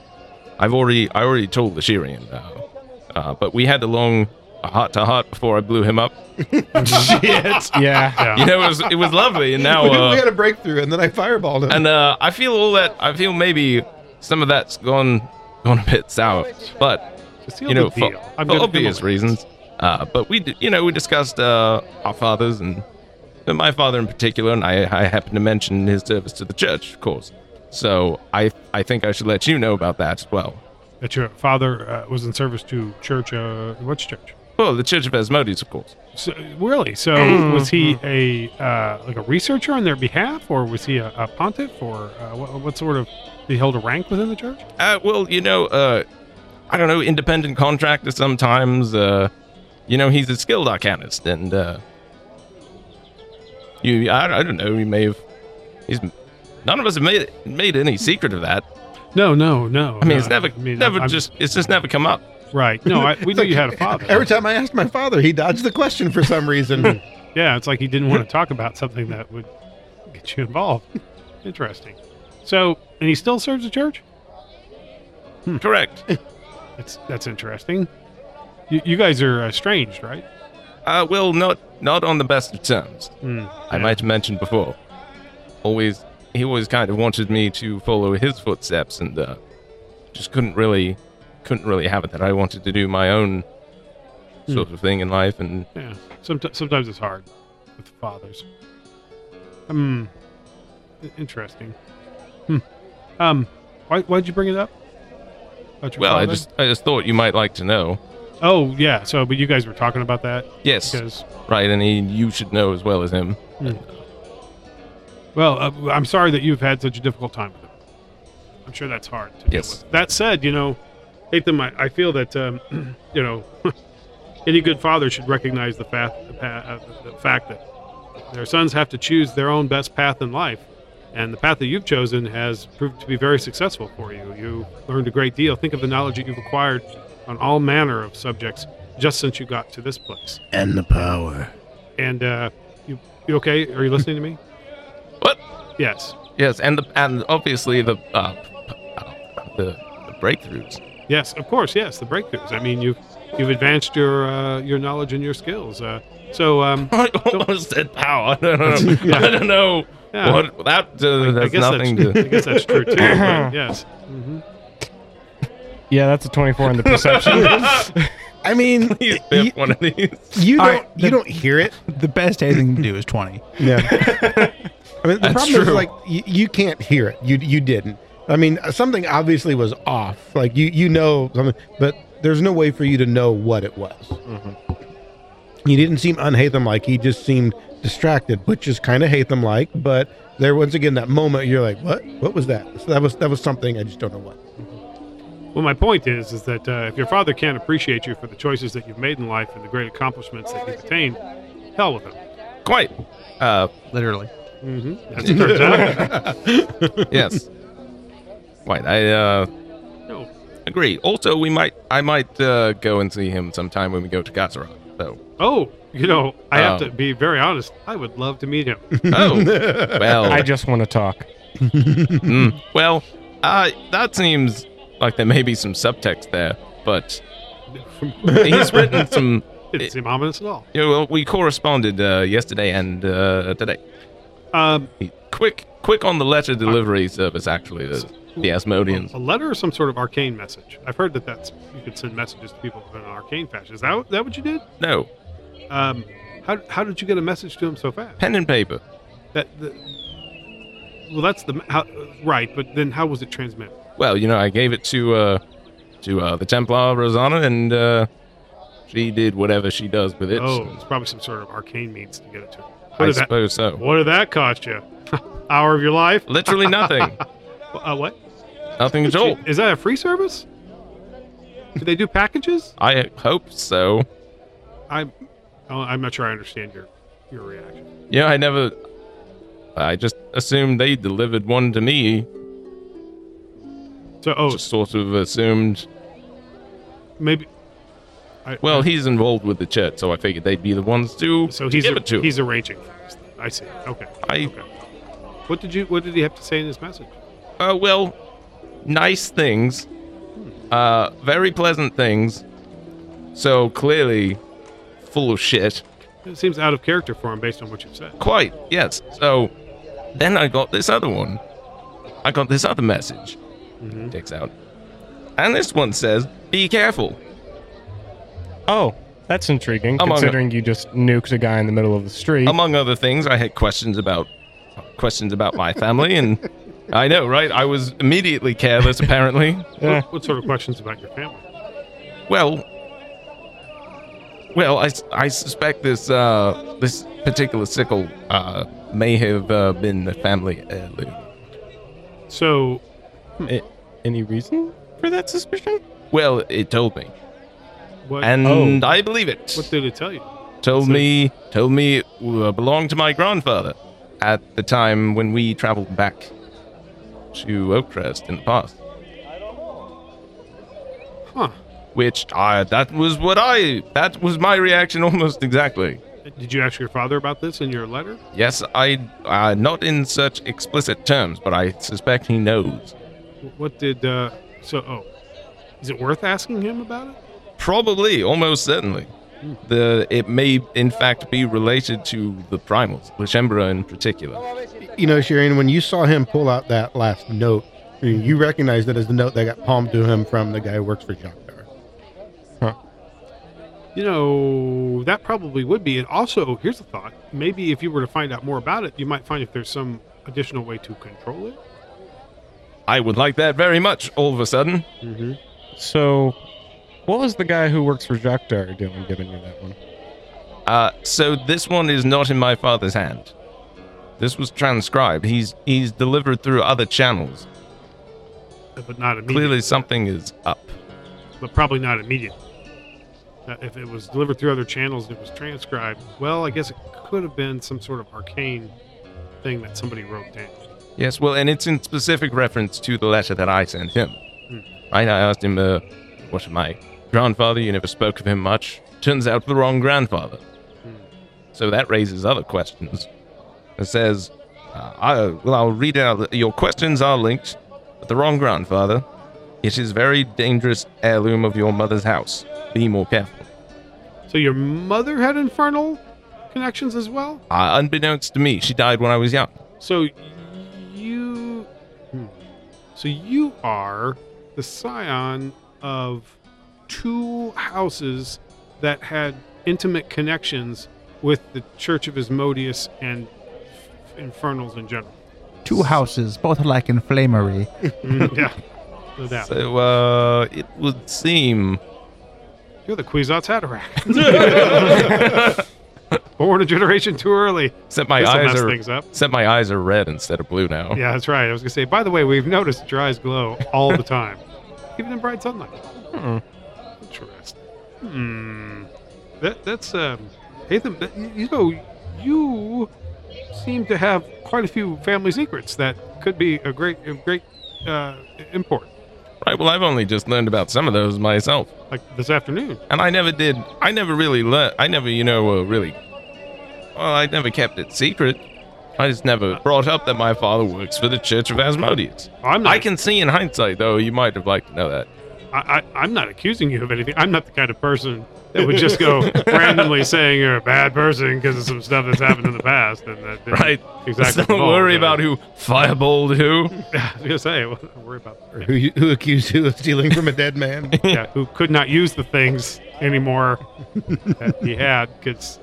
[SPEAKER 3] I've already. I already told the Shirian, uh, uh, but we had a long heart to heart before I blew him up.
[SPEAKER 2] Yeah.
[SPEAKER 1] yeah.
[SPEAKER 3] You know, it was it was lovely, and now
[SPEAKER 5] we, we
[SPEAKER 3] uh,
[SPEAKER 5] had a breakthrough and then I fireballed him
[SPEAKER 3] and uh, I feel all that. I feel maybe some of that's gone gone a bit sour, but
[SPEAKER 1] Just seal
[SPEAKER 3] you know,
[SPEAKER 1] the deal.
[SPEAKER 3] for,
[SPEAKER 1] I'm
[SPEAKER 3] for
[SPEAKER 1] gonna
[SPEAKER 3] obvious
[SPEAKER 1] come away.
[SPEAKER 3] reasons. Uh, but we, d- you know, we discussed uh, our fathers and and my father in particular, and I, I happened to mention his service to the church, of course. So I, I think I should let you know about that as well.
[SPEAKER 1] That your father uh, was in service to church, uh, which church?
[SPEAKER 3] Well, the Church of Asmodeus, of course.
[SPEAKER 1] So, really? So was he a uh, like a researcher on their behalf, or was he a, a pontiff, or uh, what, what sort of? He held a rank within the church.
[SPEAKER 3] Uh, well, you know, uh, I don't know, independent contractor sometimes, uh, you know, he's a skilled arcanist, and uh, you, I, I don't know, he may have. He's none of us have made made any secret of that.
[SPEAKER 1] No, no, no.
[SPEAKER 3] I mean,
[SPEAKER 1] no,
[SPEAKER 3] it's never,
[SPEAKER 1] I mean,
[SPEAKER 3] never
[SPEAKER 1] I'm-
[SPEAKER 3] just, it's just never come up.
[SPEAKER 1] [LAUGHS] right. No, I, we knew you had a father.
[SPEAKER 5] Every time I asked my father, he dodged the question for some
[SPEAKER 3] Mm.
[SPEAKER 5] reason.
[SPEAKER 1] Yeah, it's like he didn't want to talk about something that would get you [LAUGHS] involved. Interesting. So, and he still serves the church. Hmm.
[SPEAKER 3] Correct.
[SPEAKER 1] That's that's interesting. You, you guys are estranged, right?
[SPEAKER 3] Uh, well, not not on the best of terms.
[SPEAKER 1] Hmm.
[SPEAKER 3] I might have mentioned before. Always, he always kind of wanted me to follow his footsteps, and uh, just couldn't really, couldn't really have it that I wanted to do my own
[SPEAKER 1] Hmm.
[SPEAKER 3] sort of thing in life. And
[SPEAKER 1] Yeah. Somet- sometimes it's hard with the fathers. Hmm. I- Interesting. Hmm. Um. Why why'd you bring it up? About your
[SPEAKER 3] well, I
[SPEAKER 1] father?
[SPEAKER 3] just, I just thought you might like to know.
[SPEAKER 1] Oh yeah. So, but you guys were talking about that
[SPEAKER 3] Yes,
[SPEAKER 1] because.
[SPEAKER 3] right, and he, you should know as well as him.
[SPEAKER 1] Well, uh, I'm sorry that you've had such a difficult time with him. I'm sure that's hard to deal
[SPEAKER 3] Yes.
[SPEAKER 1] with. That said, you know, Hatham, I, I feel that, um, [CLEARS THROAT] you know, [LAUGHS] any good father should recognize the, fa- the, pa- uh, the, the fact that their sons have to choose their own best path in life. And the path that you've chosen has proved to be very successful for you. You learned a great deal. Think of the knowledge that you've acquired on all manner of subjects just since you got to this place.
[SPEAKER 5] and the power.
[SPEAKER 1] And uh, you, you okay? Are you listening to me?
[SPEAKER 5] [LAUGHS]
[SPEAKER 3] What?
[SPEAKER 1] Yes.
[SPEAKER 3] Yes, and the, and obviously the uh, p- uh, the, the breakthroughs.
[SPEAKER 1] Yes, of course. Yes, the breakthroughs. I mean, you've you've advanced your uh, your knowledge and your skills. Uh, so
[SPEAKER 3] [LAUGHS]
[SPEAKER 1] um,
[SPEAKER 3] I almost said power. I don't
[SPEAKER 1] [LAUGHS]
[SPEAKER 3] know. I don't know.
[SPEAKER 1] Yeah.
[SPEAKER 3] What that
[SPEAKER 1] I
[SPEAKER 3] uh, that's
[SPEAKER 1] guess
[SPEAKER 3] nothing
[SPEAKER 1] that's
[SPEAKER 3] [LAUGHS] to.
[SPEAKER 1] I guess that's true too. but yes. hmm
[SPEAKER 2] Yeah, that's a 24 on the perception.
[SPEAKER 5] I mean,
[SPEAKER 3] Please pick one of these.
[SPEAKER 5] you don't
[SPEAKER 4] All right,
[SPEAKER 5] you don't hear it.
[SPEAKER 4] The best Hayden can do is 20.
[SPEAKER 5] Yeah. [LAUGHS] I mean, the
[SPEAKER 3] That's
[SPEAKER 5] problem is
[SPEAKER 3] true.
[SPEAKER 5] like you, you can't hear it. You you didn't. I mean, something obviously was off. Like you you know something, but there's no way for you to know what it was.
[SPEAKER 3] Mm-hmm.
[SPEAKER 5] You didn't seem unhatham like. He just seemed distracted, which is kind of hatham like. But there, once again, that moment you're like, what? What was that? So that was that was something. I just don't know what.
[SPEAKER 1] Well, my point is, is that uh, if your father can't appreciate you for the choices that you've made in life and the great accomplishments that you've attained, hell with him.
[SPEAKER 3] Quite. Uh,
[SPEAKER 4] Literally.
[SPEAKER 1] hmm That's it turns out.
[SPEAKER 3] [LAUGHS] yes. Quite. I uh,
[SPEAKER 1] No.
[SPEAKER 3] agree. Also, we might. I might uh, go and see him sometime when we go to Gazarat.
[SPEAKER 1] [LAUGHS]
[SPEAKER 3] So.
[SPEAKER 1] Oh, you know, I have
[SPEAKER 3] Oh.
[SPEAKER 1] to be very honest. I would love to meet
[SPEAKER 3] [LAUGHS]
[SPEAKER 1] him.
[SPEAKER 3] Oh. well.
[SPEAKER 2] I just want to talk.
[SPEAKER 3] mm, [LAUGHS] well. Uh, that seems like there may be some subtext there, but he's written some.
[SPEAKER 1] Didn't seem ominous at all.
[SPEAKER 3] You know, well, we corresponded uh, yesterday and uh, today.
[SPEAKER 1] Um, Uh,
[SPEAKER 3] Quick, quick on the letter delivery service. Actually, the, the Asmodeans.
[SPEAKER 1] a letter or some sort of arcane message. I've heard that that's you could send messages to people in an arcane fashion. Is that that what you did?
[SPEAKER 3] No,
[SPEAKER 1] Um, how, how did you get a message to him so fast?
[SPEAKER 3] pen and paper.
[SPEAKER 1] That the, well, that's the how, right, but then how was it transmitted?
[SPEAKER 3] Well, you know, I gave it to uh, to uh, the Templar Rosanna, and uh, she did whatever she does with it.
[SPEAKER 1] oh, it's probably some sort of arcane means to get it to. him. What
[SPEAKER 3] I
[SPEAKER 1] did that?
[SPEAKER 3] suppose so.
[SPEAKER 1] What did that cost you? [LAUGHS] Hour of your life? [LAUGHS]
[SPEAKER 3] Literally nothing.
[SPEAKER 1] Uh, what?
[SPEAKER 3] nothing at all.
[SPEAKER 1] Is that a free service? Do they do packages?
[SPEAKER 3] I hope so.
[SPEAKER 1] I'm oh, I'm not sure I understand your your reaction.
[SPEAKER 3] You know, I never. I just assumed they delivered one to me.
[SPEAKER 1] So oh,
[SPEAKER 3] Just sort of assumed.
[SPEAKER 1] maybe. I,
[SPEAKER 3] Well, he's involved with the church, so I figured they'd be the ones to
[SPEAKER 1] So he's
[SPEAKER 3] give it to.
[SPEAKER 1] he's arranging for this. Thing. I see. Okay.
[SPEAKER 3] I-
[SPEAKER 1] okay. What did you What did he have to say in his message?
[SPEAKER 3] Uh, well, nice things, uh, very pleasant things. So clearly, full of shit.
[SPEAKER 1] It seems out of character for him based on what you've said.
[SPEAKER 3] Quite yes. So then I got this other one. I got this other message.
[SPEAKER 1] Mm-hmm.
[SPEAKER 3] Takes out, and this one says, "Be careful."
[SPEAKER 2] Oh, that's intriguing,
[SPEAKER 3] Among-
[SPEAKER 2] considering you just nuked a guy in the middle of the street.
[SPEAKER 3] Among other things, I had questions about questions about my family,
[SPEAKER 1] [LAUGHS]
[SPEAKER 3] and I know, right? I was immediately careless, apparently.
[SPEAKER 2] Yeah.
[SPEAKER 1] What, what sort of questions about your family?
[SPEAKER 3] Well, well, I, s- I suspect this uh, this particular sickle uh, may have uh, been a family heirloom.
[SPEAKER 1] So
[SPEAKER 2] A- any reason for that suspicion?
[SPEAKER 3] Well, it told me.
[SPEAKER 1] What,
[SPEAKER 3] and I believe it.
[SPEAKER 1] oh. what did it tell you?
[SPEAKER 3] told
[SPEAKER 1] so-
[SPEAKER 3] me told me it uh, belonged to my grandfather at the time when we traveled back to Oakcrest in the past.
[SPEAKER 1] Huh.
[SPEAKER 3] Which I that was what I that was my reaction almost exactly.
[SPEAKER 1] Did you ask your father about this in your letter?
[SPEAKER 3] Yes, I uh, not in such explicit terms, but I suspect he knows.
[SPEAKER 1] What did uh so oh is it worth asking him about it?
[SPEAKER 3] Probably, almost certainly. The it may in fact be related to the primals, Lishembra in particular.
[SPEAKER 5] You know, Shireen, when you saw him pull out that last note, you- you recognized it as the note that got palmed to him from the guy who works for Jokdar.
[SPEAKER 1] You know, that probably would be. And also, here's a thought. Maybe if you were to find out more about it, you might find if there's some additional way to control it.
[SPEAKER 3] I would like that very much all of a sudden.
[SPEAKER 1] Mm-hmm.
[SPEAKER 2] So, what was the guy who works for Jokdar doing giving you that one?
[SPEAKER 3] Uh, so this one is not in my father's hand. This was transcribed. He's he's delivered through other channels.
[SPEAKER 1] But not immediately.
[SPEAKER 3] Clearly something is up.
[SPEAKER 1] But probably not immediately. Uh, if it was delivered through other channels and it was transcribed, well, I guess it could have been some sort of arcane thing that somebody wrote down.
[SPEAKER 3] Yes, well, and it's in specific reference to the letter that I sent him.
[SPEAKER 1] Hmm.
[SPEAKER 3] Right, I asked him, uh, "What of my grandfather? You never spoke of him much. Turns out the wrong grandfather."
[SPEAKER 1] Hmm.
[SPEAKER 3] So that raises other questions. It says, uh, I, "Well, I'll read out. Your questions are linked, but the wrong grandfather. It is very dangerous heirloom of your mother's house. Be more careful."
[SPEAKER 1] So your mother had infernal connections as well?
[SPEAKER 3] Uh, unbeknownst to me, she died when I was young.
[SPEAKER 1] So you, hmm. so you are the scion of two houses that had intimate connections with the Church of Asmodeus and Infernals in general.
[SPEAKER 4] Two houses, both like in flamery.
[SPEAKER 1] Mm, yeah, no doubt.
[SPEAKER 3] So uh, it would seem
[SPEAKER 1] You're the Kwisatz Haderach. [LAUGHS] Born a generation too early.
[SPEAKER 3] except my
[SPEAKER 1] This'll
[SPEAKER 3] eyes
[SPEAKER 1] mess
[SPEAKER 3] are
[SPEAKER 1] things up.
[SPEAKER 3] except my eyes are red instead of blue now.
[SPEAKER 1] Yeah, that's right. I was gonna say. By the way, we've noticed that your eyes glow all the time, [LAUGHS] even in bright sunlight.
[SPEAKER 2] Hmm.
[SPEAKER 1] Interesting. Hmm. That that's um. Hatham, that, y- you know, you seem to have quite a few family secrets that could be a great, a great uh, import.
[SPEAKER 3] [LAUGHS] Right. Well, I've only just learned about some of those myself,
[SPEAKER 1] Like this afternoon.
[SPEAKER 3] and I never did. I never really learned. I never, you know, uh, really. Well, I never kept it secret. I just never brought up that my father works for the Church of Asmodeus.
[SPEAKER 1] I'm not.
[SPEAKER 3] I can see in hindsight, though, you might have liked to know that. [LAUGHS]
[SPEAKER 1] I, I, I'm not accusing you of anything. I'm not the kind of person that would just
[SPEAKER 3] [LAUGHS]
[SPEAKER 1] go randomly saying you're a bad person because of some stuff that's happened in the past. And that didn't
[SPEAKER 3] Right.
[SPEAKER 1] Exactly.
[SPEAKER 3] Don't worry
[SPEAKER 1] involve, uh,
[SPEAKER 3] about who fireballed who. [LAUGHS]
[SPEAKER 1] Yeah, I was gonna say, well, don't worry about that.
[SPEAKER 5] Who, you- who accused you of stealing from a dead man?
[SPEAKER 1] Yeah, who could not use the things anymore that he had because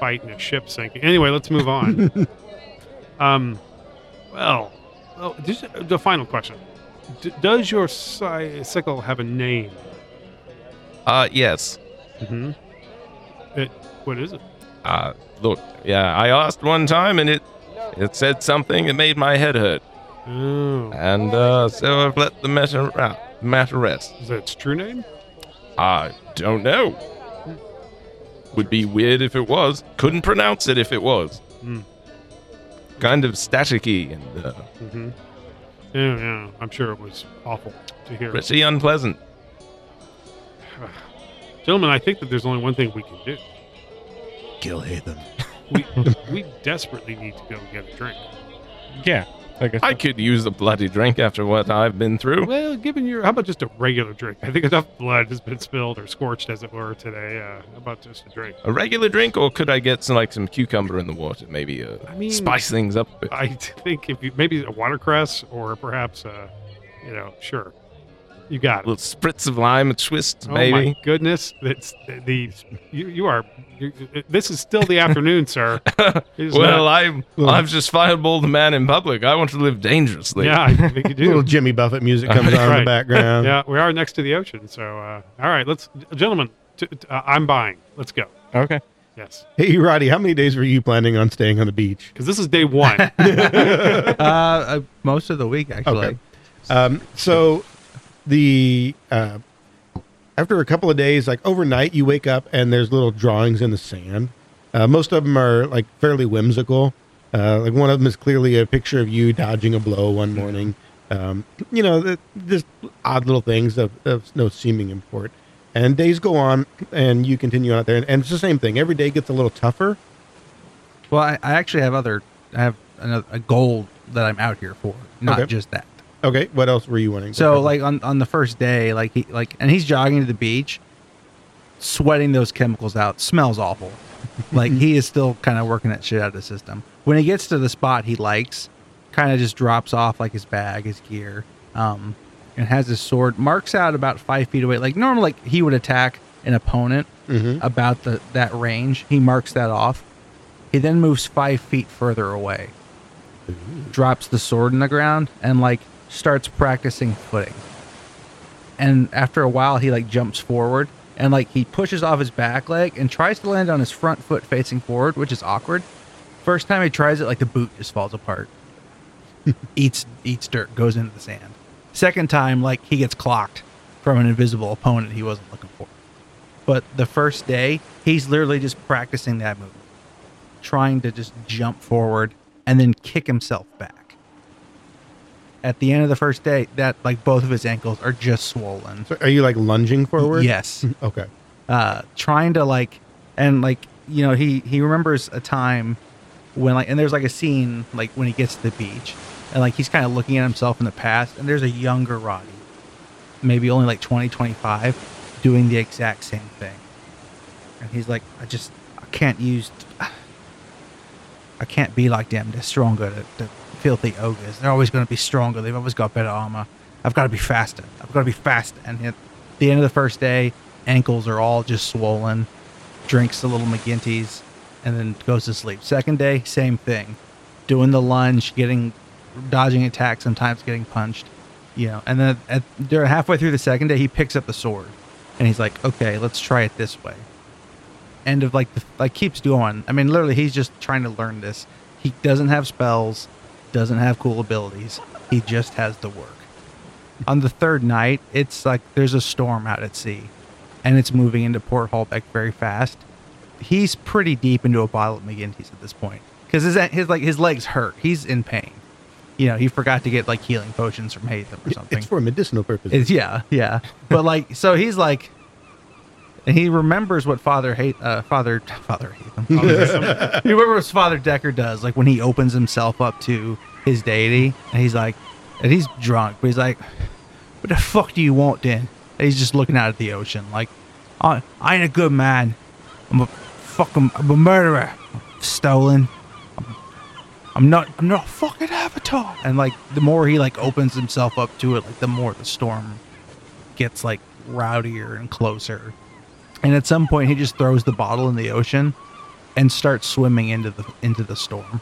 [SPEAKER 1] fighting a ship sinking. Anyway, let's move
[SPEAKER 3] [LAUGHS]
[SPEAKER 1] on. um, well, oh, just the final question: D- Does your si- sickle have a name?
[SPEAKER 3] Uh, yes.
[SPEAKER 1] Mm-hmm. It, what is it?
[SPEAKER 3] Uh, look, yeah, I asked one time, and it it said something that made my head hurt,
[SPEAKER 1] Oh,
[SPEAKER 3] and uh, so I've let the matter ra- matter rest.
[SPEAKER 1] is that its true name?
[SPEAKER 3] I don't know. Would be weird if it was. Couldn't pronounce it if it was.
[SPEAKER 1] Hmm.
[SPEAKER 3] Kind of staticky and uh,
[SPEAKER 1] Mm-hmm. Yeah, yeah, I'm sure it was awful to hear.
[SPEAKER 3] pretty unpleasant.
[SPEAKER 1] Gentlemen, I think that there's only one thing we can do.
[SPEAKER 7] Kill Hatham.
[SPEAKER 1] We we desperately need to go get a drink.
[SPEAKER 2] Yeah, I guess.
[SPEAKER 3] I could use a bloody drink after what I've been through.
[SPEAKER 1] Well, given your how about just a regular drink? I think enough blood has been spilled or scorched, as it were, today. Uh, how about just a drink?
[SPEAKER 3] A regular drink, or could I get some like some cucumber in the water? Maybe uh,
[SPEAKER 1] I mean-
[SPEAKER 3] spice things up. A bit.
[SPEAKER 1] I think if you maybe a watercress or perhaps uh you know, sure, you
[SPEAKER 3] a
[SPEAKER 1] got it.
[SPEAKER 3] little spritz of lime, a twist,
[SPEAKER 1] Oh
[SPEAKER 3] maybe.
[SPEAKER 1] my goodness, that's the you, you are. You, this is still the afternoon,
[SPEAKER 3] [LAUGHS]
[SPEAKER 1] sir. It's
[SPEAKER 3] Well,
[SPEAKER 1] not-
[SPEAKER 3] I'm I've just fireballed the man in public. I want to live dangerously.
[SPEAKER 1] yeah, I think you do.
[SPEAKER 5] [LAUGHS] [LAUGHS] Little Jimmy Buffett music [LAUGHS] comes on in
[SPEAKER 1] Right.
[SPEAKER 5] the background.
[SPEAKER 1] Yeah, we are next to the ocean. So, uh, all right, let's, gentlemen, t- t- uh, I'm buying. Let's go.
[SPEAKER 2] okay.
[SPEAKER 1] Yes,
[SPEAKER 5] Hey, Roddy, how many days were you planning on staying on the beach?
[SPEAKER 1] because this is day
[SPEAKER 5] [LAUGHS]
[SPEAKER 1] one.
[SPEAKER 4] uh, uh, most of the week, actually.
[SPEAKER 5] Okay. Um, so the um, uh, after a couple of days, like overnight, you wake up and there's little drawings in the sand. Uh, most of them are like fairly whimsical. Uh, like one of them is clearly a picture of you dodging a blow
[SPEAKER 4] Mm-hmm.
[SPEAKER 5] one morning. Um, you know, th- just odd little things of, of no seeming import. And days go on, and you continue out there, and, and it's the same thing. Every day gets a little tougher.
[SPEAKER 4] Well, I, I actually have other. I have another, a goal that I'm out here for, not
[SPEAKER 5] Okay.
[SPEAKER 4] just that.
[SPEAKER 5] Okay, what else were you wanting? to
[SPEAKER 4] So
[SPEAKER 5] cover?
[SPEAKER 4] like on on the first day, like he like and he's jogging to the beach, sweating those chemicals out. Smells awful. like he is still kind of working that shit out of the system. When he gets to the spot he likes, kind of just drops off like his bag, his gear, um, and has his sword. Marks out about five feet away. Like normally, like he would attack an opponent
[SPEAKER 5] Mhm.
[SPEAKER 4] about the that range. He marks that off. He then moves five feet further away, drops the sword in the ground, and like starts practicing footing. And after a while, he like jumps forward and like he pushes off his back leg and tries to land on his front foot facing forward, which is awkward. First time he tries it, like the boot just falls apart, eats eats dirt, goes into the sand. Second time, like he gets clocked from an invisible opponent he wasn't looking for. But the first day, he's literally just practicing that movement, trying to just jump forward and then kick himself back. At the end of the first day, that like both of his ankles are just swollen.
[SPEAKER 5] So are you like lunging forward? Mm-hmm.
[SPEAKER 4] Yes
[SPEAKER 5] Okay.
[SPEAKER 4] uh, trying to like and like you know he he remembers a time when like and there's like a scene like when he gets to the beach and like he's kind of looking at himself in the past and there's a younger roddy maybe only like 20 25 doing the exact same thing and he's like i just i can't use i can't be like them they're stronger the, the filthy ogres they're always going to be stronger they've always got better armor i've got to be faster i've got to be faster and at the end of the first day ankles are all just swollen drinks the little mcginty's and then goes to sleep second day same thing doing the lunge getting dodging attacks sometimes getting punched you know and then at, during halfway through the second day he picks up the sword and he's like okay let's try it this way end of like the, like keeps going i mean literally he's just trying to learn this he doesn't have spells doesn't have cool abilities he just has the work on the third night it's like there's a storm out at sea and it's moving into Port Hallbeck very fast. He's pretty deep into a bottle of McGinty's at this point because his his like his legs hurt. He's in pain. You know, he forgot to get like healing potions from Haytham or something.
[SPEAKER 5] It's for medicinal purposes.
[SPEAKER 4] It's yeah, yeah. But like, so he's like, and he remembers what Father hate, uh, Father Father hate he remembers what Father Decker does, like when he opens himself up to his deity, and he's like, and he's drunk, but he's like, what the fuck do you want then? And he's just looking out at the ocean, like, I, I ain't a good man. I'm a fucking I'm a murderer. I'm stolen. I'm not I'm not a fucking avatar. And like the more he like opens himself up to it, like the more the storm gets like rowdier and closer. And at some point he just throws the bottle in the ocean and starts swimming into the into the storm.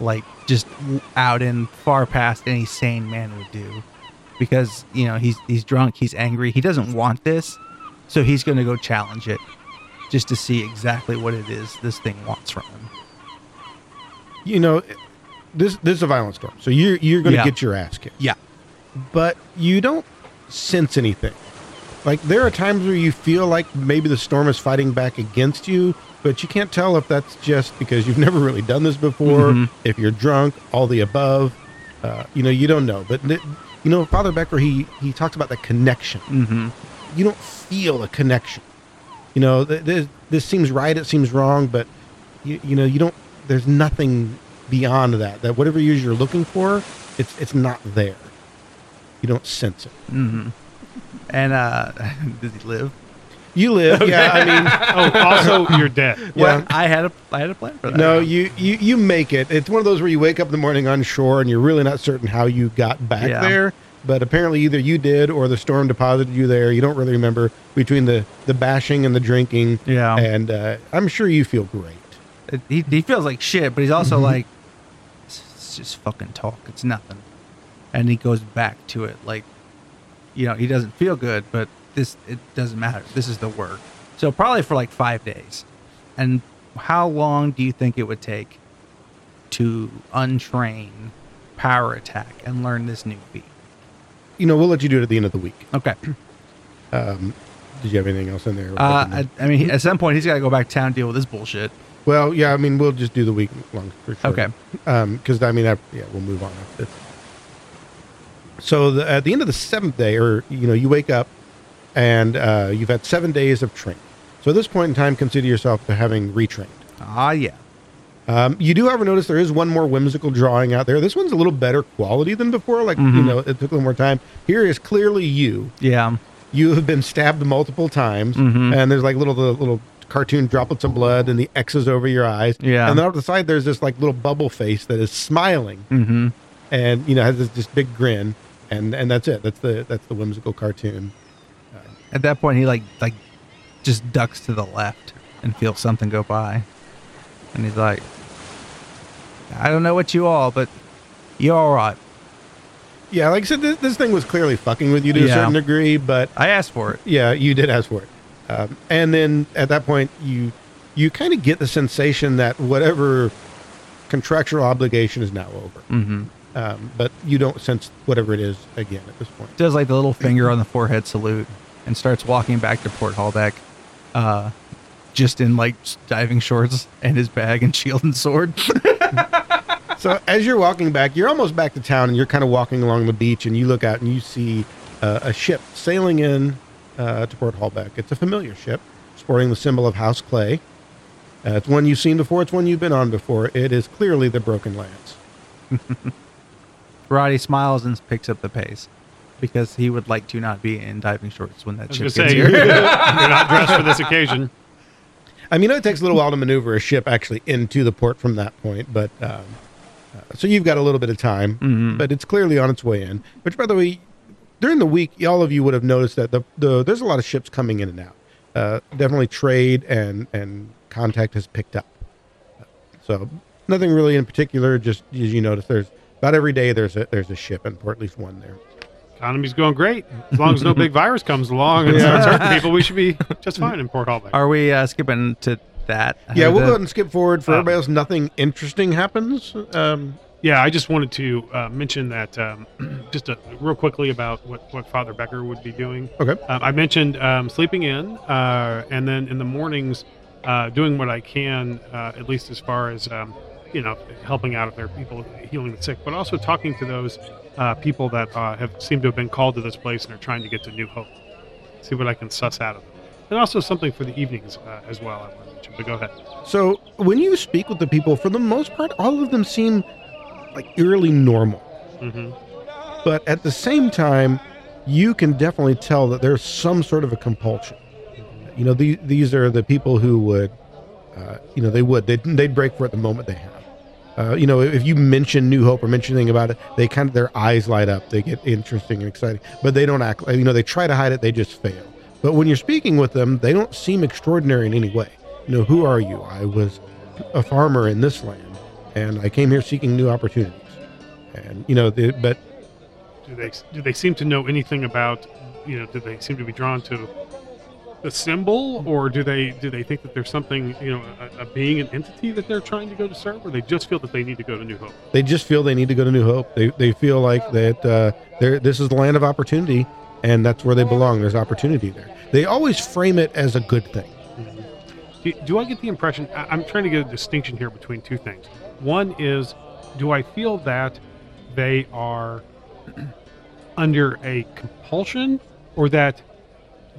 [SPEAKER 4] Like just w- out in far past any sane man would do. Because, you know, he's he's drunk, he's angry, he doesn't want this. So he's going to go challenge it just to see exactly what it is this thing wants from him.
[SPEAKER 5] you know, this this is a violent storm, so you're you're going to
[SPEAKER 4] Yeah.
[SPEAKER 5] get your ass kicked.
[SPEAKER 4] Yeah.
[SPEAKER 5] but you don't sense anything. Like there are times where you feel like maybe the storm is fighting back against you, but you can't tell if that's just because you've [LAUGHS] never really done this before,
[SPEAKER 4] Mhm.
[SPEAKER 5] if you're drunk, all the above. Uh, you know, you don't know. But th- you know, Father Becker, he he talks about the connection.
[SPEAKER 4] Mm-hmm.
[SPEAKER 5] you don't feel a connection. You know, th- th- this seems right, it seems wrong, but you, you know, you don't. There's nothing beyond that. That whatever it is you're looking for, it's it's not there. You don't sense it.
[SPEAKER 4] Mm-hmm. And uh, [LAUGHS] does he live?
[SPEAKER 5] You live, yeah. I mean,
[SPEAKER 1] Oh, also, you're dead.
[SPEAKER 5] Yeah.
[SPEAKER 4] Well, I had a I had a plan [LAUGHS] for that.
[SPEAKER 5] no, you, you you make it. It's one of those where you wake up in the morning on shore and you're really not certain how you got back
[SPEAKER 4] Yeah.
[SPEAKER 5] there. But apparently, either you did or the storm deposited you there. You don't really remember between the the bashing and the drinking.
[SPEAKER 4] Yeah.
[SPEAKER 5] and uh, I'm sure you feel great.
[SPEAKER 4] It- he, he feels like shit, but he's
[SPEAKER 5] Mm-hmm.
[SPEAKER 4] also like, "It's- it's just fucking talk. It's nothing. And he goes back to it like, you know, he doesn't feel good, but this it doesn't matter. This is the work. So probably for like five days. And how long do you think it would take to untrain power attack and learn this new feat?
[SPEAKER 5] [CLEARS THROAT] you know, we'll let you do it at the end of the week.
[SPEAKER 4] Okay.
[SPEAKER 5] Um, did you have anything else in there?
[SPEAKER 4] Uh, I, I mean, at some point, he's got to go back to town and deal with this bullshit.
[SPEAKER 5] well, yeah. I mean, we'll just do the week long for sure.
[SPEAKER 4] Okay.
[SPEAKER 5] because I mean, I, yeah, we'll move on after. So the, at the end of the seventh day, or you know, you wake up and uh, you've had seven days of training. So at this point in time, consider yourself to having retrained.
[SPEAKER 4] Ah, yeah.
[SPEAKER 5] Um, you do, however, notice there is one more whimsical drawing out there. This one's a little better quality than before. Like you
[SPEAKER 4] Mhm.
[SPEAKER 5] know, it took a little more time. Here is clearly you.
[SPEAKER 4] Yeah.
[SPEAKER 5] You have been stabbed multiple times,
[SPEAKER 4] Mhm.
[SPEAKER 5] and there's like little the little cartoon droplets of blood and the X's over your eyes.
[SPEAKER 4] Yeah.
[SPEAKER 5] And then up the side, there's this like little bubble face that is smiling,
[SPEAKER 4] Mm-hmm.
[SPEAKER 5] and you know has this, this big grin, and and that's it. That's the that's the whimsical cartoon.
[SPEAKER 4] At that point, he like like just ducks to the left and feels something go by, and he's like, "I don't know what you all, but you're all right.
[SPEAKER 5] Yeah, like I said, this, this thing was clearly fucking with you to a
[SPEAKER 4] Yeah.
[SPEAKER 5] certain degree, but
[SPEAKER 4] I asked for it."
[SPEAKER 5] yeah, you did ask for it. Um, and then at that point, you you kind of get the sensation that whatever contractual obligation is now over,
[SPEAKER 4] Mm-hmm.
[SPEAKER 5] um, but you don't sense whatever it is again at this point.
[SPEAKER 4] Does like the little finger on the forehead salute and starts walking back to Port Hallback, uh, just in like diving shorts and his bag and [LAUGHS] shield and sword.
[SPEAKER 5] So as you're walking back, you're almost back to town, and you're kind of walking along the beach, and you look out and you see uh, a ship sailing in uh, to Port Hallback. It's a familiar ship, sporting the symbol of House Clay. Uh, it's one you've seen before. It's one you've been on before. It is clearly the Broken Lance.
[SPEAKER 4] Roddy smiles and picks up the pace because he would like to not be in diving shorts when
[SPEAKER 1] I
[SPEAKER 4] that
[SPEAKER 1] was
[SPEAKER 4] ship
[SPEAKER 1] gonna
[SPEAKER 4] gets
[SPEAKER 1] say
[SPEAKER 4] here.
[SPEAKER 1] [LAUGHS] you're, you're not dressed for this occasion.
[SPEAKER 5] I mean, it takes a little while to maneuver a ship actually into the port from that point, but um, uh, so you've got a little bit of time,
[SPEAKER 4] Mhm.
[SPEAKER 5] but it's clearly on its way in. Which, by the way, during the week, all of you would have noticed that the, the there's a lot of ships coming in and out. Uh, definitely trade and and contact has picked up. So nothing really in particular. Just as you notice, there's about every day there's a there's a ship in port, at least one there.
[SPEAKER 1] Economy's going great. As long as no big virus comes along and starts hurting people, we should
[SPEAKER 5] [LAUGHS]
[SPEAKER 1] be just fine in Port Hallback.
[SPEAKER 4] Are we uh, skipping to that?
[SPEAKER 5] Yeah, we'll
[SPEAKER 4] The-
[SPEAKER 5] go ahead and skip forward for
[SPEAKER 1] Uh,
[SPEAKER 5] everybody else. Nothing interesting happens. Um,
[SPEAKER 1] Yeah, I just wanted to uh, mention that um, [CLEARS THROAT] just a, real quickly about what, what Father Becker would be doing.
[SPEAKER 5] okay.
[SPEAKER 1] Um, I mentioned um, sleeping in, uh, and then in the mornings, uh, doing what I can, uh, at least as far as um, you know, helping out if there are people healing the sick, but also talking to those uh, people that uh, have seem to have been called to this place and are trying to get to New Hope. See what I can suss out of them, and also something for the evenings uh, as well. I want to mention, but go ahead.
[SPEAKER 5] So when you speak with the people, for the most part, all of them seem like eerily normal.
[SPEAKER 1] hmm
[SPEAKER 5] But at the same time, you can definitely tell that there's some sort of a compulsion. You know, the, these are the people who would, uh, you know, they would they'd, they'd break for it the moment they have. Uh, you know, if you mention New Hope or mention anything about it, they kind of their eyes light up. They get interesting and exciting, but they don't act. You know, they try to hide it. They just fail. But when you're speaking with them, they don't seem extraordinary in any way. You know, who are you? I was a farmer in this land, and I came here seeking new opportunities. And you know, the, but
[SPEAKER 1] Do they do they seem to know anything about you know? Do they seem to be drawn to the symbol, or do they do they think that there's something you know a, a being an entity that they're trying to go to serve, or they just feel that they need to go to New Hope?
[SPEAKER 5] they just feel they need to go to New Hope. They, they feel like that uh, they're, this is the land of opportunity, and that's where they belong. There's opportunity there. They always frame it as a good thing.
[SPEAKER 1] Do, do I get the impression? I, I'm trying to get a distinction here between two things. One is, do I feel that they are [CLEARS THROAT] under a compulsion, or that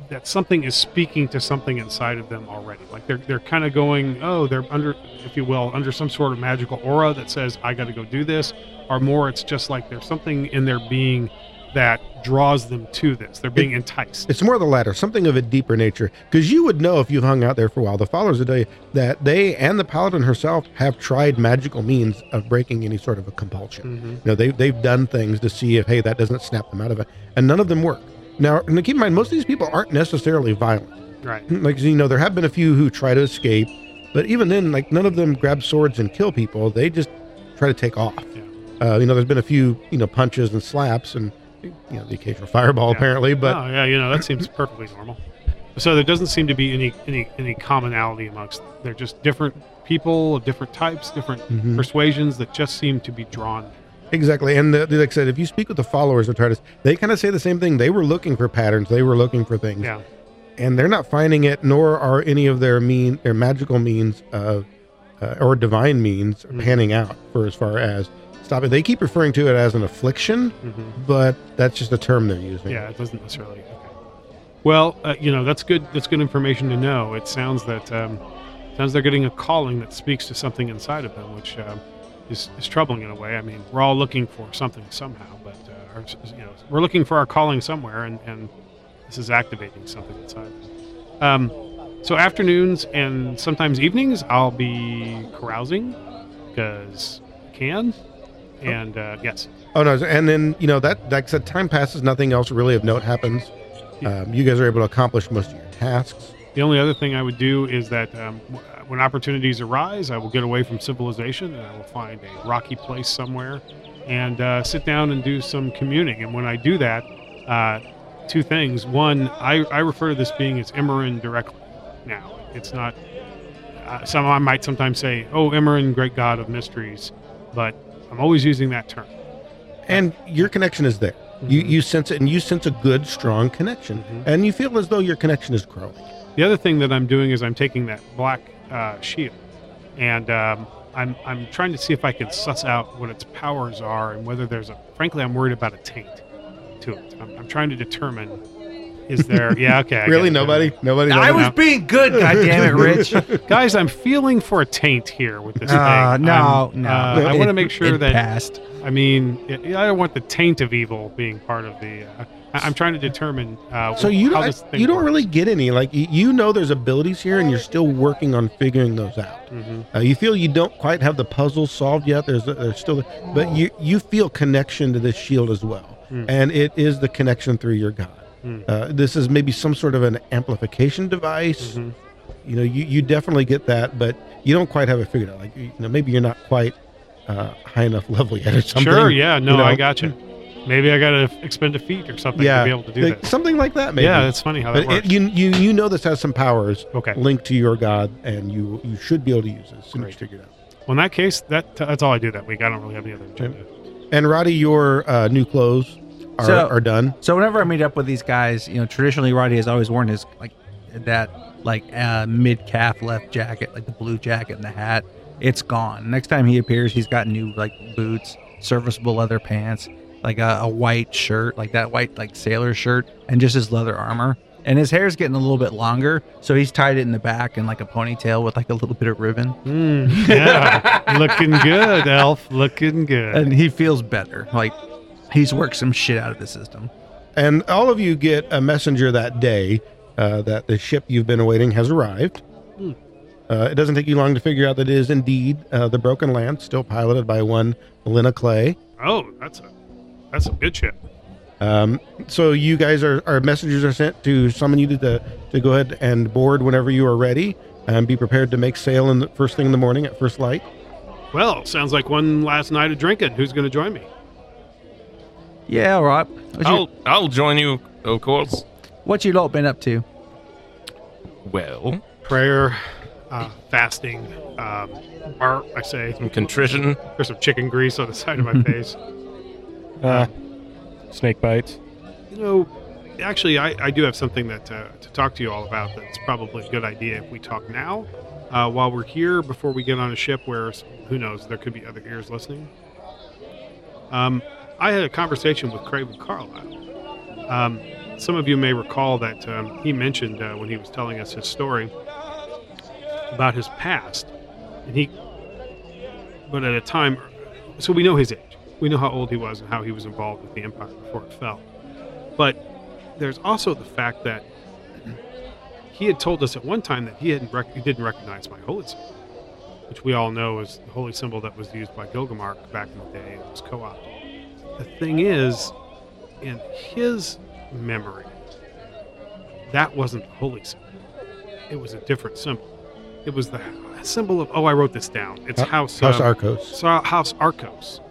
[SPEAKER 1] that something is speaking to something inside of them already? Like they're they're kind of going, oh, they're under, if you will, under some sort of magical aura that says, I got to go do this, or more. It's just like there's something in their being that draws them to this. They're being enticed.
[SPEAKER 5] It's more the latter, something of a deeper nature, because you would know if you've hung out there for a while. The followers would tell you that they and the paladin herself have tried magical means of breaking any sort of a compulsion.
[SPEAKER 1] Mhm.
[SPEAKER 5] You know, they, they've done things to see if, hey, that doesn't snap them out of it, and none of them work. Now, and keep in mind, most of these people aren't necessarily violent. Hmm,
[SPEAKER 1] Right.
[SPEAKER 5] like you know there have been a few who try to escape but even then like none of them grab swords and kill people they just try to take off
[SPEAKER 1] Yeah.
[SPEAKER 5] uh, you know there's been a few you know punches and slaps and you know the occasional fireball
[SPEAKER 1] Yeah.
[SPEAKER 5] apparently but
[SPEAKER 1] oh, yeah, you know that seems perfectly normal. So there doesn't seem to be any any any commonality amongst. them. They're just different people, of different types, different
[SPEAKER 5] Mhm.
[SPEAKER 1] persuasions that just seem to be drawn.
[SPEAKER 5] Exactly. And the, like I said, if you speak with the followers of TARDIS, they kind of say the same thing. They were looking for patterns, they were looking for things.
[SPEAKER 1] Yeah.
[SPEAKER 5] And they're not finding it, nor are any of their mean, their magical means of, uh, or divine means
[SPEAKER 1] Mhm.
[SPEAKER 5] panning out for as far as stop it. They keep referring to it as an affliction,
[SPEAKER 1] hmm
[SPEAKER 5] but that's just a term they're using.
[SPEAKER 1] Yeah, it doesn't necessarily. Okay. Well, uh, you know that's good. That's good information to know. It sounds that um, sounds they're getting a calling that speaks to something inside of them, which um, is, is troubling in a way. I mean, we're all looking for something somehow, but uh, our, you know we're looking for our calling somewhere, and, and this is activating something inside. Um, so afternoons and sometimes evenings, I'll be carousing because I can, and uh, yes,
[SPEAKER 5] Oh no! And then you know that like I said, time passes. Nothing else really of note happens.
[SPEAKER 1] Yeah.
[SPEAKER 5] Um, you guys are able to accomplish most of your tasks.
[SPEAKER 1] The only other thing I would do is that um, w- when opportunities arise, I will get away from civilization and I will find a rocky place somewhere and uh, sit down and do some communing. And when I do that, uh, two things. One, I, I refer to this being as Imran directly now. It's not, uh, some I might sometimes say, oh, Imran, great god of mysteries, but I'm always using that term.
[SPEAKER 5] And your connection is there. You
[SPEAKER 1] Mhm.
[SPEAKER 5] you sense it, and you sense a good, strong connection,
[SPEAKER 1] Mhm.
[SPEAKER 5] and you feel as though your connection is growing.
[SPEAKER 1] The other thing that I'm doing is I'm taking that black uh, shield, and um, I'm I'm trying to see if I can suss out what its powers are and whether there's a. Frankly, I'm worried about a taint to it. I'm, I'm trying to determine is there. yeah, okay. I get
[SPEAKER 5] really,
[SPEAKER 1] it.
[SPEAKER 5] nobody, nobody.
[SPEAKER 4] I was
[SPEAKER 1] know.
[SPEAKER 4] being good, God damn it, Rich.
[SPEAKER 1] [LAUGHS] guys. I'm feeling for a taint here with this
[SPEAKER 4] Uh,
[SPEAKER 1] thing.
[SPEAKER 4] no,
[SPEAKER 1] I'm,
[SPEAKER 4] no.
[SPEAKER 1] uh, I
[SPEAKER 4] It-
[SPEAKER 1] want to make sure
[SPEAKER 4] it
[SPEAKER 1] that
[SPEAKER 4] passed.
[SPEAKER 1] I mean, it, I don't want the taint of evil being part of the. Uh, I, I'm trying to determine. Uh,
[SPEAKER 5] So you
[SPEAKER 1] how
[SPEAKER 5] don't,
[SPEAKER 1] this thing
[SPEAKER 5] you don't
[SPEAKER 1] works.
[SPEAKER 5] really get any. Like you, you know, there's abilities here, and you're still working on figuring those out.
[SPEAKER 1] Mhm.
[SPEAKER 5] Uh, you feel you don't quite have the puzzle solved yet. There's, there's still, but you you feel connection to this shield as well,
[SPEAKER 1] Mm.
[SPEAKER 5] and it is the connection through your God.
[SPEAKER 1] Mm.
[SPEAKER 5] Uh, this is maybe some sort of an amplification device.
[SPEAKER 1] Mhm.
[SPEAKER 5] You know, you, you definitely get that, but you don't quite have it figured out. Like you know, maybe you're not quite uh, high enough level yet, or [LAUGHS] something.
[SPEAKER 1] Sure, yeah, no,
[SPEAKER 5] you know?
[SPEAKER 1] I got you. Maybe I got to expend a feat or something
[SPEAKER 5] Yeah,
[SPEAKER 1] to be able to do
[SPEAKER 5] like,
[SPEAKER 1] this.
[SPEAKER 5] something like that. Maybe.
[SPEAKER 1] Yeah, that's funny how that
[SPEAKER 5] but
[SPEAKER 1] works.
[SPEAKER 5] it, you you you know this has some powers
[SPEAKER 1] okay. Well,
[SPEAKER 5] linked to your god, and you you should be able to use it as soon as you figure it out.
[SPEAKER 1] in that case, that that's all I do that week. I don't really have any other
[SPEAKER 5] [LAUGHS]
[SPEAKER 1] agenda.
[SPEAKER 5] And Roddy, your uh, new clothes are,
[SPEAKER 4] So-
[SPEAKER 5] are done.
[SPEAKER 4] So whenever I meet up with these guys, you know, traditionally Roddy has always worn his like that like uh, mid calf left jacket, like the blue jacket and the hat. It's gone. Next time he appears, he's got new like boots, serviceable leather pants, like a, a white shirt, like that white like sailor shirt, and just his leather armor. And his hair's getting a little bit longer, so he's tied it in the back in like a ponytail with like a little bit of ribbon.
[SPEAKER 1] Mm, yeah, looking good, Elf. Looking good.
[SPEAKER 4] And he feels better. Like he's worked some shit out of the system.
[SPEAKER 5] And all of you get a messenger that day uh, that the ship you've been awaiting has arrived.
[SPEAKER 1] Hmm.
[SPEAKER 5] Uh, it doesn't take you long to figure out that it is indeed uh, the Broken Lance, still piloted by one Lena Clay.
[SPEAKER 1] oh, that's a that's some good shit.
[SPEAKER 5] Um, so you guys are, our messengers are sent to summon you to the to go ahead and board whenever you are ready, and be prepared to make sail in the first thing in the morning at first light.
[SPEAKER 1] Well, sounds like one last night of drinking. Who's going to join me?
[SPEAKER 4] Yeah, all right. What's your,
[SPEAKER 3] I'll I'll join you, of course.
[SPEAKER 4] what's your lot been up to?
[SPEAKER 3] Well,
[SPEAKER 1] Prayer, uh, fasting, um, bar, I say,
[SPEAKER 3] some contrition.
[SPEAKER 1] there's some chicken grease on the side
[SPEAKER 5] [LAUGHS]
[SPEAKER 1] of my face.
[SPEAKER 2] Uh, snake bites.
[SPEAKER 1] You know, actually, I, I do have something that uh, to talk to you all about. That's probably a good idea if we talk now, uh, while we're here, before we get on a ship where s- who knows there could be other ears listening. Um, I had a conversation with Craven Carlisle. Um, some of you may recall that um, he mentioned uh, when he was telling us his story about his past, and he, but at a time, so we know his age. We know how old he was and how he was involved with the Empire before it fell. But there's also the fact that he had told us at one time that he hadn't rec- he didn't recognize my holy symbol, which we all know is the holy symbol that was used by Gilgamesh back in the day. It was co-opted. The thing is, in his memory, that wasn't the holy symbol. It was a different symbol. It was the symbol of oh, I wrote this down. It's
[SPEAKER 5] Ho-
[SPEAKER 1] house
[SPEAKER 5] House
[SPEAKER 1] uh,
[SPEAKER 5] Arcos.
[SPEAKER 1] saw House Arcos.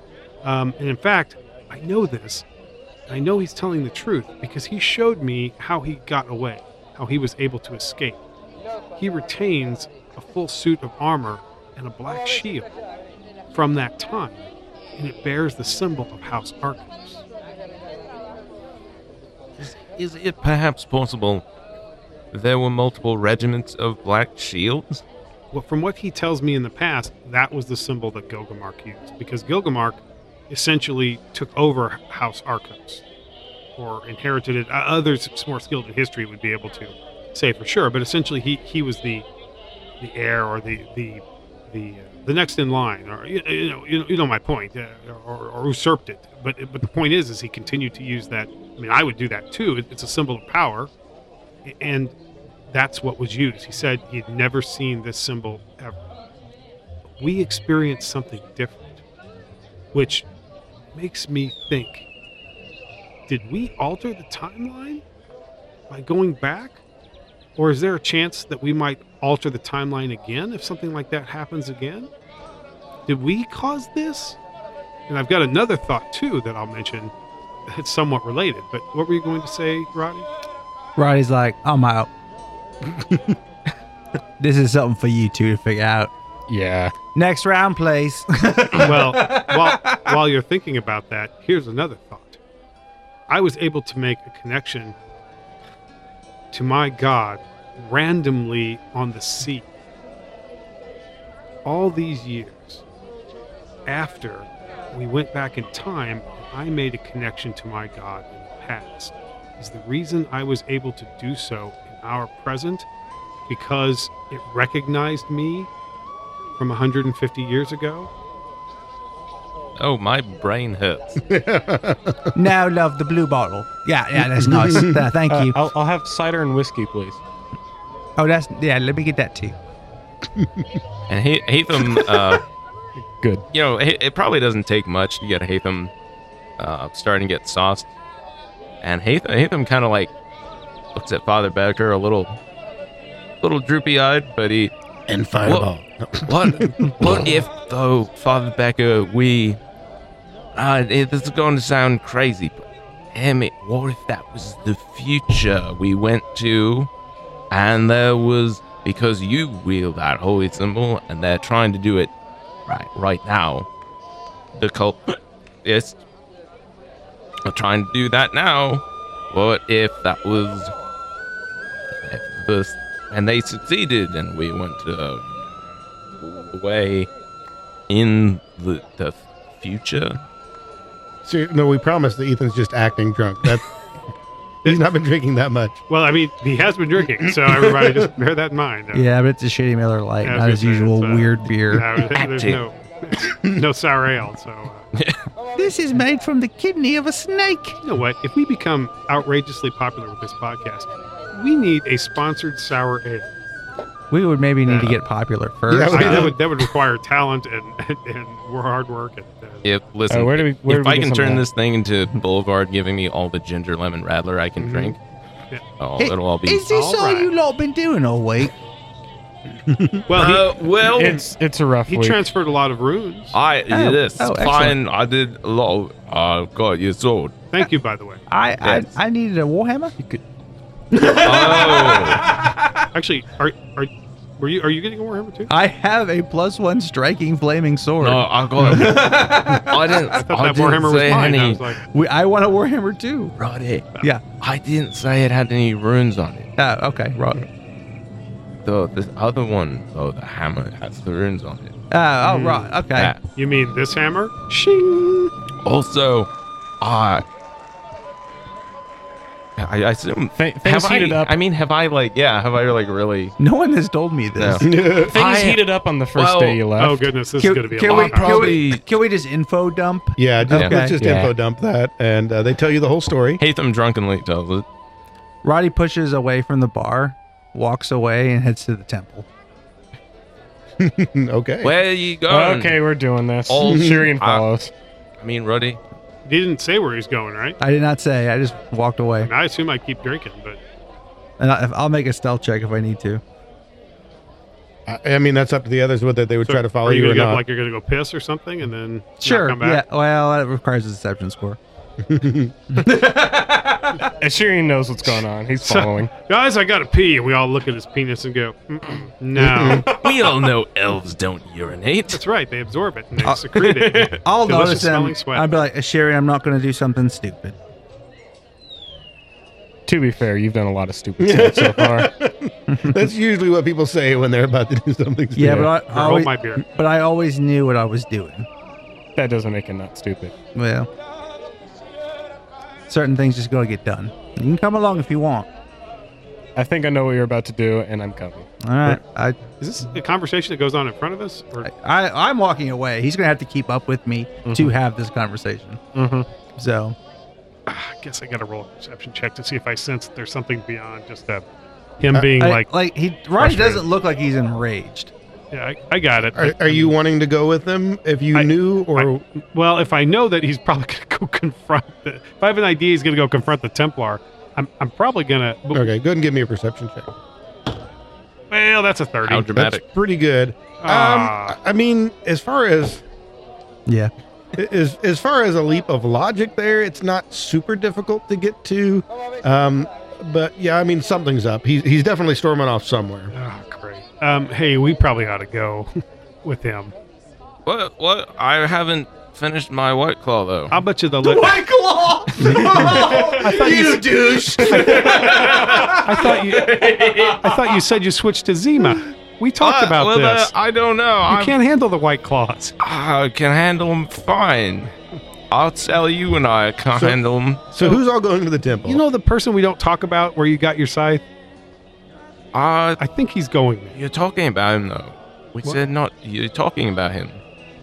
[SPEAKER 1] Um, and in fact, I know this. I know he's telling the truth because he showed me how he got away, how he was able to escape. He retains a full suit of armor and a black shield from that time and it bears the symbol of House Arcos.
[SPEAKER 3] Is it perhaps possible there were multiple regiments of black shields?
[SPEAKER 1] Well, from what he tells me in the past, that was the symbol that Gilgamesh used because Gilgamesh essentially took over House Arcos or inherited it. Uh, Others more skilled in history would be able to say for sure, but essentially he, he was the the heir or the the the uh, the next in line, or you, you know you know you know my point, uh, or, or usurped it. But but the point is, is he continued to use that. I mean, I would do that too. It, it's a symbol of power, and that's what was used. He said he'd never seen this symbol ever. We experienced something different, which makes me think did we alter the timeline by going back? Or is there a chance that we might alter the timeline again if something like that happens again? Did we cause this? And I've got another thought too that I'll mention. It's somewhat related, but what were you going to say, Roddy?
[SPEAKER 4] Roddy's like, I'm [LAUGHS] out. this is something for you two to figure out.
[SPEAKER 2] Yeah.
[SPEAKER 4] Next round, [LAUGHS] please.
[SPEAKER 1] well, while, while you're thinking about that, here's another thought. I was able to make a connection to my God randomly on the sea. All these years after we went back in time, I made a connection to my God in the past. Is the reason I was able to do so in our present because it recognized me from 150 years ago?
[SPEAKER 3] Oh, my brain hurts.
[SPEAKER 4] now, love the blue bottle. Yeah, yeah, [LAUGHS] that's nice. Uh, thank
[SPEAKER 2] Uh,
[SPEAKER 4] you.
[SPEAKER 2] I'll, I'll have cider and whiskey, please.
[SPEAKER 4] Oh, that's yeah. Let me get that too.
[SPEAKER 3] And he, Hatham, uh,
[SPEAKER 2] Good.
[SPEAKER 3] you know, it, it probably doesn't take much to get Hatham uh, starting to get sauced. And Hatham, Hatham kind of like looks at Father Becker a little, little droopy eyed, but he
[SPEAKER 7] And fireball.
[SPEAKER 3] What [LAUGHS] what if though, Father Becker, we uh it- this is gonna sound crazy, but damn it, what if that was the future we went to and there was because you wield that holy symbol and they're trying to do it right right now. The cult is are trying to do that now. What if that was if this and they succeeded and we went to way in the, the future.
[SPEAKER 5] So, no, we promised that Ethan's just acting drunk.
[SPEAKER 1] [LAUGHS]
[SPEAKER 5] That's he's not been drinking that much.
[SPEAKER 1] Well, I mean, he has been drinking, so everybody just bear that in mind. Uh,
[SPEAKER 4] Yeah, but it's a shitty Miller Lite,
[SPEAKER 1] Yeah, I was
[SPEAKER 4] not
[SPEAKER 1] gonna
[SPEAKER 4] his
[SPEAKER 1] say,
[SPEAKER 4] usual
[SPEAKER 1] it's, uh,
[SPEAKER 4] weird beer.
[SPEAKER 1] uh, there's no, no sour ale, so. Uh,
[SPEAKER 4] This is made from the kidney of a snake.
[SPEAKER 1] You know what? If we become outrageously popular with this podcast, we need a sponsored sour ale.
[SPEAKER 4] We would maybe need to get popular first. Uh,
[SPEAKER 5] Yeah,
[SPEAKER 1] I,
[SPEAKER 5] we-
[SPEAKER 1] that would that would require talent and and, and hard work. And, uh,
[SPEAKER 3] If listen,
[SPEAKER 2] Uh, where do we? Where
[SPEAKER 3] if
[SPEAKER 2] do we
[SPEAKER 3] I
[SPEAKER 2] get
[SPEAKER 3] can
[SPEAKER 2] some of
[SPEAKER 3] turn
[SPEAKER 2] that?
[SPEAKER 3] this thing into Boulevard giving me all the ginger lemon rattler I can
[SPEAKER 1] Mhm.
[SPEAKER 3] drink,
[SPEAKER 1] Yeah.
[SPEAKER 3] oh,
[SPEAKER 4] Hey,
[SPEAKER 3] it'll all be.
[SPEAKER 4] is this all,
[SPEAKER 1] Alright.
[SPEAKER 4] you lot been doing all week?
[SPEAKER 1] Well, he,
[SPEAKER 3] Uh, well,
[SPEAKER 2] It's it's a rough
[SPEAKER 1] he
[SPEAKER 2] week.
[SPEAKER 1] transferred a lot of runes.
[SPEAKER 3] I
[SPEAKER 4] Oh,
[SPEAKER 3] this
[SPEAKER 4] oh,
[SPEAKER 3] fine. I did a lot. Of, I got your sword.
[SPEAKER 1] Thank you, by the way.
[SPEAKER 4] I
[SPEAKER 3] Yes.
[SPEAKER 4] I, I needed a warhammer.
[SPEAKER 3] Oh,
[SPEAKER 1] Actually, are are were you are you getting a warhammer too?
[SPEAKER 4] I have a plus one striking flaming sword.
[SPEAKER 3] no, I got.
[SPEAKER 4] [LAUGHS]
[SPEAKER 3] A, I didn't. I,
[SPEAKER 1] I thought that
[SPEAKER 3] didn't
[SPEAKER 1] warhammer was
[SPEAKER 3] say
[SPEAKER 1] mine. I
[SPEAKER 3] any.
[SPEAKER 1] was like,
[SPEAKER 4] We, I want a warhammer too.
[SPEAKER 3] Roddy,
[SPEAKER 4] Yeah.
[SPEAKER 3] I didn't say it had any runes on it.
[SPEAKER 4] Oh, okay, right.
[SPEAKER 3] The the other one, though, the hammer has the runes on it.
[SPEAKER 4] Oh, oh, right. Okay.
[SPEAKER 3] That-
[SPEAKER 1] you mean this hammer? Shing.
[SPEAKER 3] Also, uh, I, I assume.
[SPEAKER 2] Th- things
[SPEAKER 3] Have I,
[SPEAKER 2] heated up.
[SPEAKER 3] I mean, have I like? Yeah, have I like really?
[SPEAKER 4] No one has told me
[SPEAKER 3] No. [LAUGHS]
[SPEAKER 4] this.
[SPEAKER 5] yeah,
[SPEAKER 2] things
[SPEAKER 3] I-
[SPEAKER 2] heated up on the first
[SPEAKER 3] well,
[SPEAKER 2] day you left.
[SPEAKER 1] Oh goodness, this is
[SPEAKER 4] Can,
[SPEAKER 1] going to be a
[SPEAKER 4] can
[SPEAKER 1] long time.
[SPEAKER 4] we, can, we,
[SPEAKER 3] Probably-
[SPEAKER 4] can we just info dump?
[SPEAKER 5] just,
[SPEAKER 4] Okay.
[SPEAKER 5] let's just
[SPEAKER 3] Yeah.
[SPEAKER 5] info dump that, and uh, they tell you the whole story.
[SPEAKER 3] Hatham drunkenly tells it.
[SPEAKER 4] Roddy pushes away from the bar, walks away, and heads to the temple.
[SPEAKER 5] okay.
[SPEAKER 3] Where you going?
[SPEAKER 2] Okay, we're doing this. [LAUGHS]
[SPEAKER 3] All-
[SPEAKER 2] Shurian
[SPEAKER 3] I-
[SPEAKER 2] follows.
[SPEAKER 3] I mean, Ruddy.
[SPEAKER 1] He didn't say where he's going, right?
[SPEAKER 4] I did not say. I just walked away.
[SPEAKER 1] And I assume I keep drinking, but
[SPEAKER 4] And I, I'll make a stealth check if I need to.
[SPEAKER 5] I, I mean, that's up to the others whether they would
[SPEAKER 1] so
[SPEAKER 5] try to follow
[SPEAKER 1] are you
[SPEAKER 5] you or
[SPEAKER 1] gonna go,
[SPEAKER 5] not.
[SPEAKER 1] Like you're going to go piss or something, and then not
[SPEAKER 4] Sure.
[SPEAKER 1] come back?
[SPEAKER 4] Yeah. Well, that requires a deception score.
[SPEAKER 2] Assyrian knows what's going on.
[SPEAKER 3] [LAUGHS]
[SPEAKER 1] [LAUGHS]
[SPEAKER 2] He's
[SPEAKER 1] So-
[SPEAKER 2] following.
[SPEAKER 1] Guys, I gotta pee. And we all look at his penis and go, "Mm-mm, no.
[SPEAKER 3] we all know elves don't urinate.
[SPEAKER 1] That's right. They absorb it and
[SPEAKER 5] Uh,
[SPEAKER 1] they secrete
[SPEAKER 5] [LAUGHS]
[SPEAKER 1] it.
[SPEAKER 4] I'll notice
[SPEAKER 1] Delicious
[SPEAKER 4] them.
[SPEAKER 1] smelling sweat.
[SPEAKER 4] I'd be like, Sherry, I'm not going to do something stupid.
[SPEAKER 2] to be fair, you've done a lot of stupid stuff so
[SPEAKER 3] [LAUGHS]
[SPEAKER 2] far.
[SPEAKER 5] [LAUGHS] That's usually what people say when they're about to do something.
[SPEAKER 4] Yeah,
[SPEAKER 5] stupid.
[SPEAKER 4] but I, I
[SPEAKER 1] Roll
[SPEAKER 4] always,
[SPEAKER 1] my beer.
[SPEAKER 4] but I always knew what I was doing.
[SPEAKER 2] That doesn't make it not stupid.
[SPEAKER 4] Well, certain things just got to get done. You can come along if you want.
[SPEAKER 2] I think I know what you're about to do, and I'm coming.
[SPEAKER 4] All right, I,
[SPEAKER 1] Is this a conversation that goes on in front of us? Or
[SPEAKER 4] I, I'm walking away. He's gonna have to keep up with me to have this conversation.
[SPEAKER 2] Mm-hmm.
[SPEAKER 4] So,
[SPEAKER 1] I guess I gotta roll a perception check to see if I sense that there's something beyond just that.
[SPEAKER 5] Uh,
[SPEAKER 1] Him being
[SPEAKER 4] I-
[SPEAKER 1] like,
[SPEAKER 4] like he Ronnie
[SPEAKER 1] frustrated.
[SPEAKER 4] doesn't look like he's enraged.
[SPEAKER 1] yeah, I, I got it.
[SPEAKER 5] Are, are you wanting to go with them if you
[SPEAKER 1] I-
[SPEAKER 5] knew, or
[SPEAKER 1] Well, if I know that he's probably [LAUGHS] going to go confront the. If I have an idea he's going to go confront the Templar, I'm, I'm probably going to.
[SPEAKER 5] okay? Go ahead and give me a perception check.
[SPEAKER 1] Well, that's a 30.
[SPEAKER 3] How dramatic.
[SPEAKER 5] That's pretty good. Um,
[SPEAKER 1] Ah.
[SPEAKER 5] I I mean, as far as
[SPEAKER 4] Yeah,
[SPEAKER 5] as as far as a leap of logic, there, it's not super difficult to get to. Um, but yeah, I mean, something's up. He's he's definitely storming off somewhere.
[SPEAKER 1] Oh, great. Um, hey, we probably ought to go [LAUGHS] with him.
[SPEAKER 3] What? What? I haven't finished my white claw though.
[SPEAKER 1] I'll bet you the. Li-
[SPEAKER 7] White
[SPEAKER 1] [LAUGHS]
[SPEAKER 7] Claw! you douche!
[SPEAKER 1] I thought you. I thought you said you switched to Zima. We talked
[SPEAKER 3] Uh,
[SPEAKER 1] about
[SPEAKER 3] well, uh,
[SPEAKER 1] this.
[SPEAKER 3] I don't know.
[SPEAKER 1] you
[SPEAKER 3] I
[SPEAKER 1] can't handle the White Claws.
[SPEAKER 3] I can handle them fine. I'll tell you when I can
[SPEAKER 5] So-
[SPEAKER 3] handle them.
[SPEAKER 5] [LAUGHS] So who's all going to the temple?
[SPEAKER 1] You know the person we don't talk about where you got your scythe?
[SPEAKER 3] Uh,
[SPEAKER 1] I think he's going there.
[SPEAKER 3] you're talking about him though. We said not. You're talking about him.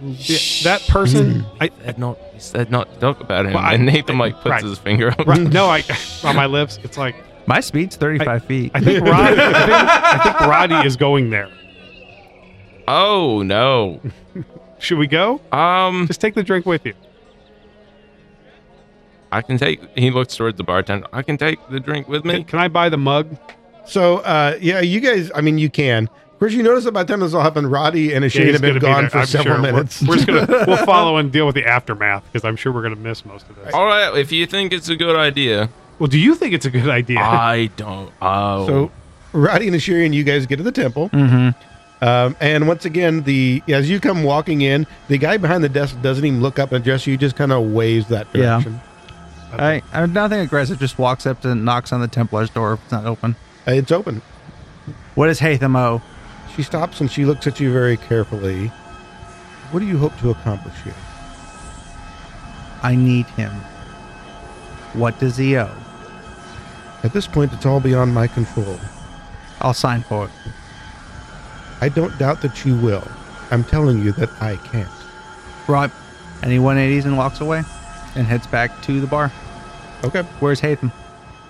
[SPEAKER 1] Yeah, that person. I,
[SPEAKER 3] Said not. We said not to talk about him.
[SPEAKER 1] Well, I-
[SPEAKER 3] and [LAUGHS] Nathan like puts
[SPEAKER 1] right.
[SPEAKER 3] his finger up. [LAUGHS]
[SPEAKER 1] right, no, I on my lips. It's like
[SPEAKER 4] my speed's 35 feet.
[SPEAKER 1] I think Roddy. I think, I think Roddy is going there.
[SPEAKER 3] Oh no.
[SPEAKER 1] Should we go?
[SPEAKER 3] Um,
[SPEAKER 1] Just take the drink with you.
[SPEAKER 3] I can take. He looks towards the bartender. I can take the drink with
[SPEAKER 1] Can,
[SPEAKER 3] me.
[SPEAKER 1] can I buy the mug?
[SPEAKER 5] So uh, yeah, you guys. I mean, you can. Of course, you notice that by the time this all happened, Roddy and Ashane
[SPEAKER 1] he's
[SPEAKER 5] have
[SPEAKER 1] gonna
[SPEAKER 5] been
[SPEAKER 1] be
[SPEAKER 5] gone
[SPEAKER 1] there,
[SPEAKER 5] for
[SPEAKER 1] I'm
[SPEAKER 5] several
[SPEAKER 1] sure. We're-
[SPEAKER 5] minutes.
[SPEAKER 1] We're, just
[SPEAKER 5] [LAUGHS]
[SPEAKER 1] gonna we'll follow and deal with the aftermath because I'm sure we're gonna miss most of this.
[SPEAKER 3] All right, if you think it's a good idea,
[SPEAKER 1] Well, do you think it's a good idea?
[SPEAKER 3] I don't. Oh,
[SPEAKER 5] So Roddy and Ashirian, you guys get to the temple.
[SPEAKER 4] Mm-hmm.
[SPEAKER 5] Um, and once again, the as you come walking in, the guy behind the desk doesn't even look up and address you. He Just kind of waves that
[SPEAKER 4] Yeah.
[SPEAKER 5] direction.
[SPEAKER 4] I, I'm nothing aggressive. Just walks up to knocks on the Templar's door if it's not open.
[SPEAKER 5] Uh, it's open.
[SPEAKER 4] What is Hatham O?
[SPEAKER 5] She stops and she looks at you very carefully. What do you hope to accomplish here?
[SPEAKER 4] I need him. What does he owe?
[SPEAKER 5] At this point, it's all beyond my control.
[SPEAKER 4] I'll sign for it.
[SPEAKER 5] I don't doubt that you will. I'm telling you that I can't.
[SPEAKER 4] Right. And he 180s and walks away, and heads back to the bar.
[SPEAKER 5] Okay.
[SPEAKER 4] Where's Hatham?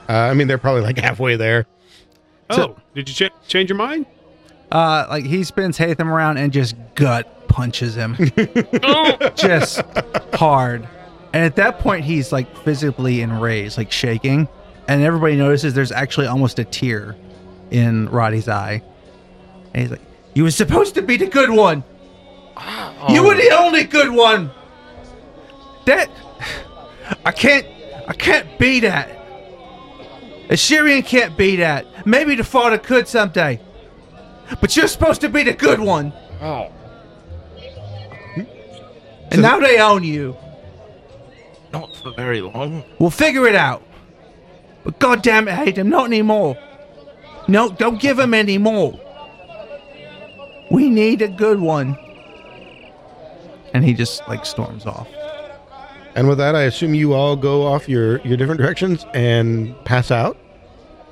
[SPEAKER 5] Uh, I mean, they're probably like halfway there.
[SPEAKER 1] [LAUGHS] oh,
[SPEAKER 4] so-
[SPEAKER 1] did you ch- change your mind?
[SPEAKER 4] Uh, like he spins Hatham around and just gut punches him, just hard. And at that point, he's like physically enraged, like shaking. And everybody notices there's actually almost a tear in Roddy's eye. And he's like, "You were supposed to be the good one. You were the only good one. That I can't, I can't be that. Assyrian can't be that. Maybe the father could someday." But you're supposed to be the good one. And now they own you.
[SPEAKER 3] not for very long.
[SPEAKER 4] We'll figure it out. But goddamn it, hate him, not anymore. No, don't give him any more. We need a good one. And he just like storms off.
[SPEAKER 5] And with that, I assume you all go off your, your different directions and pass out.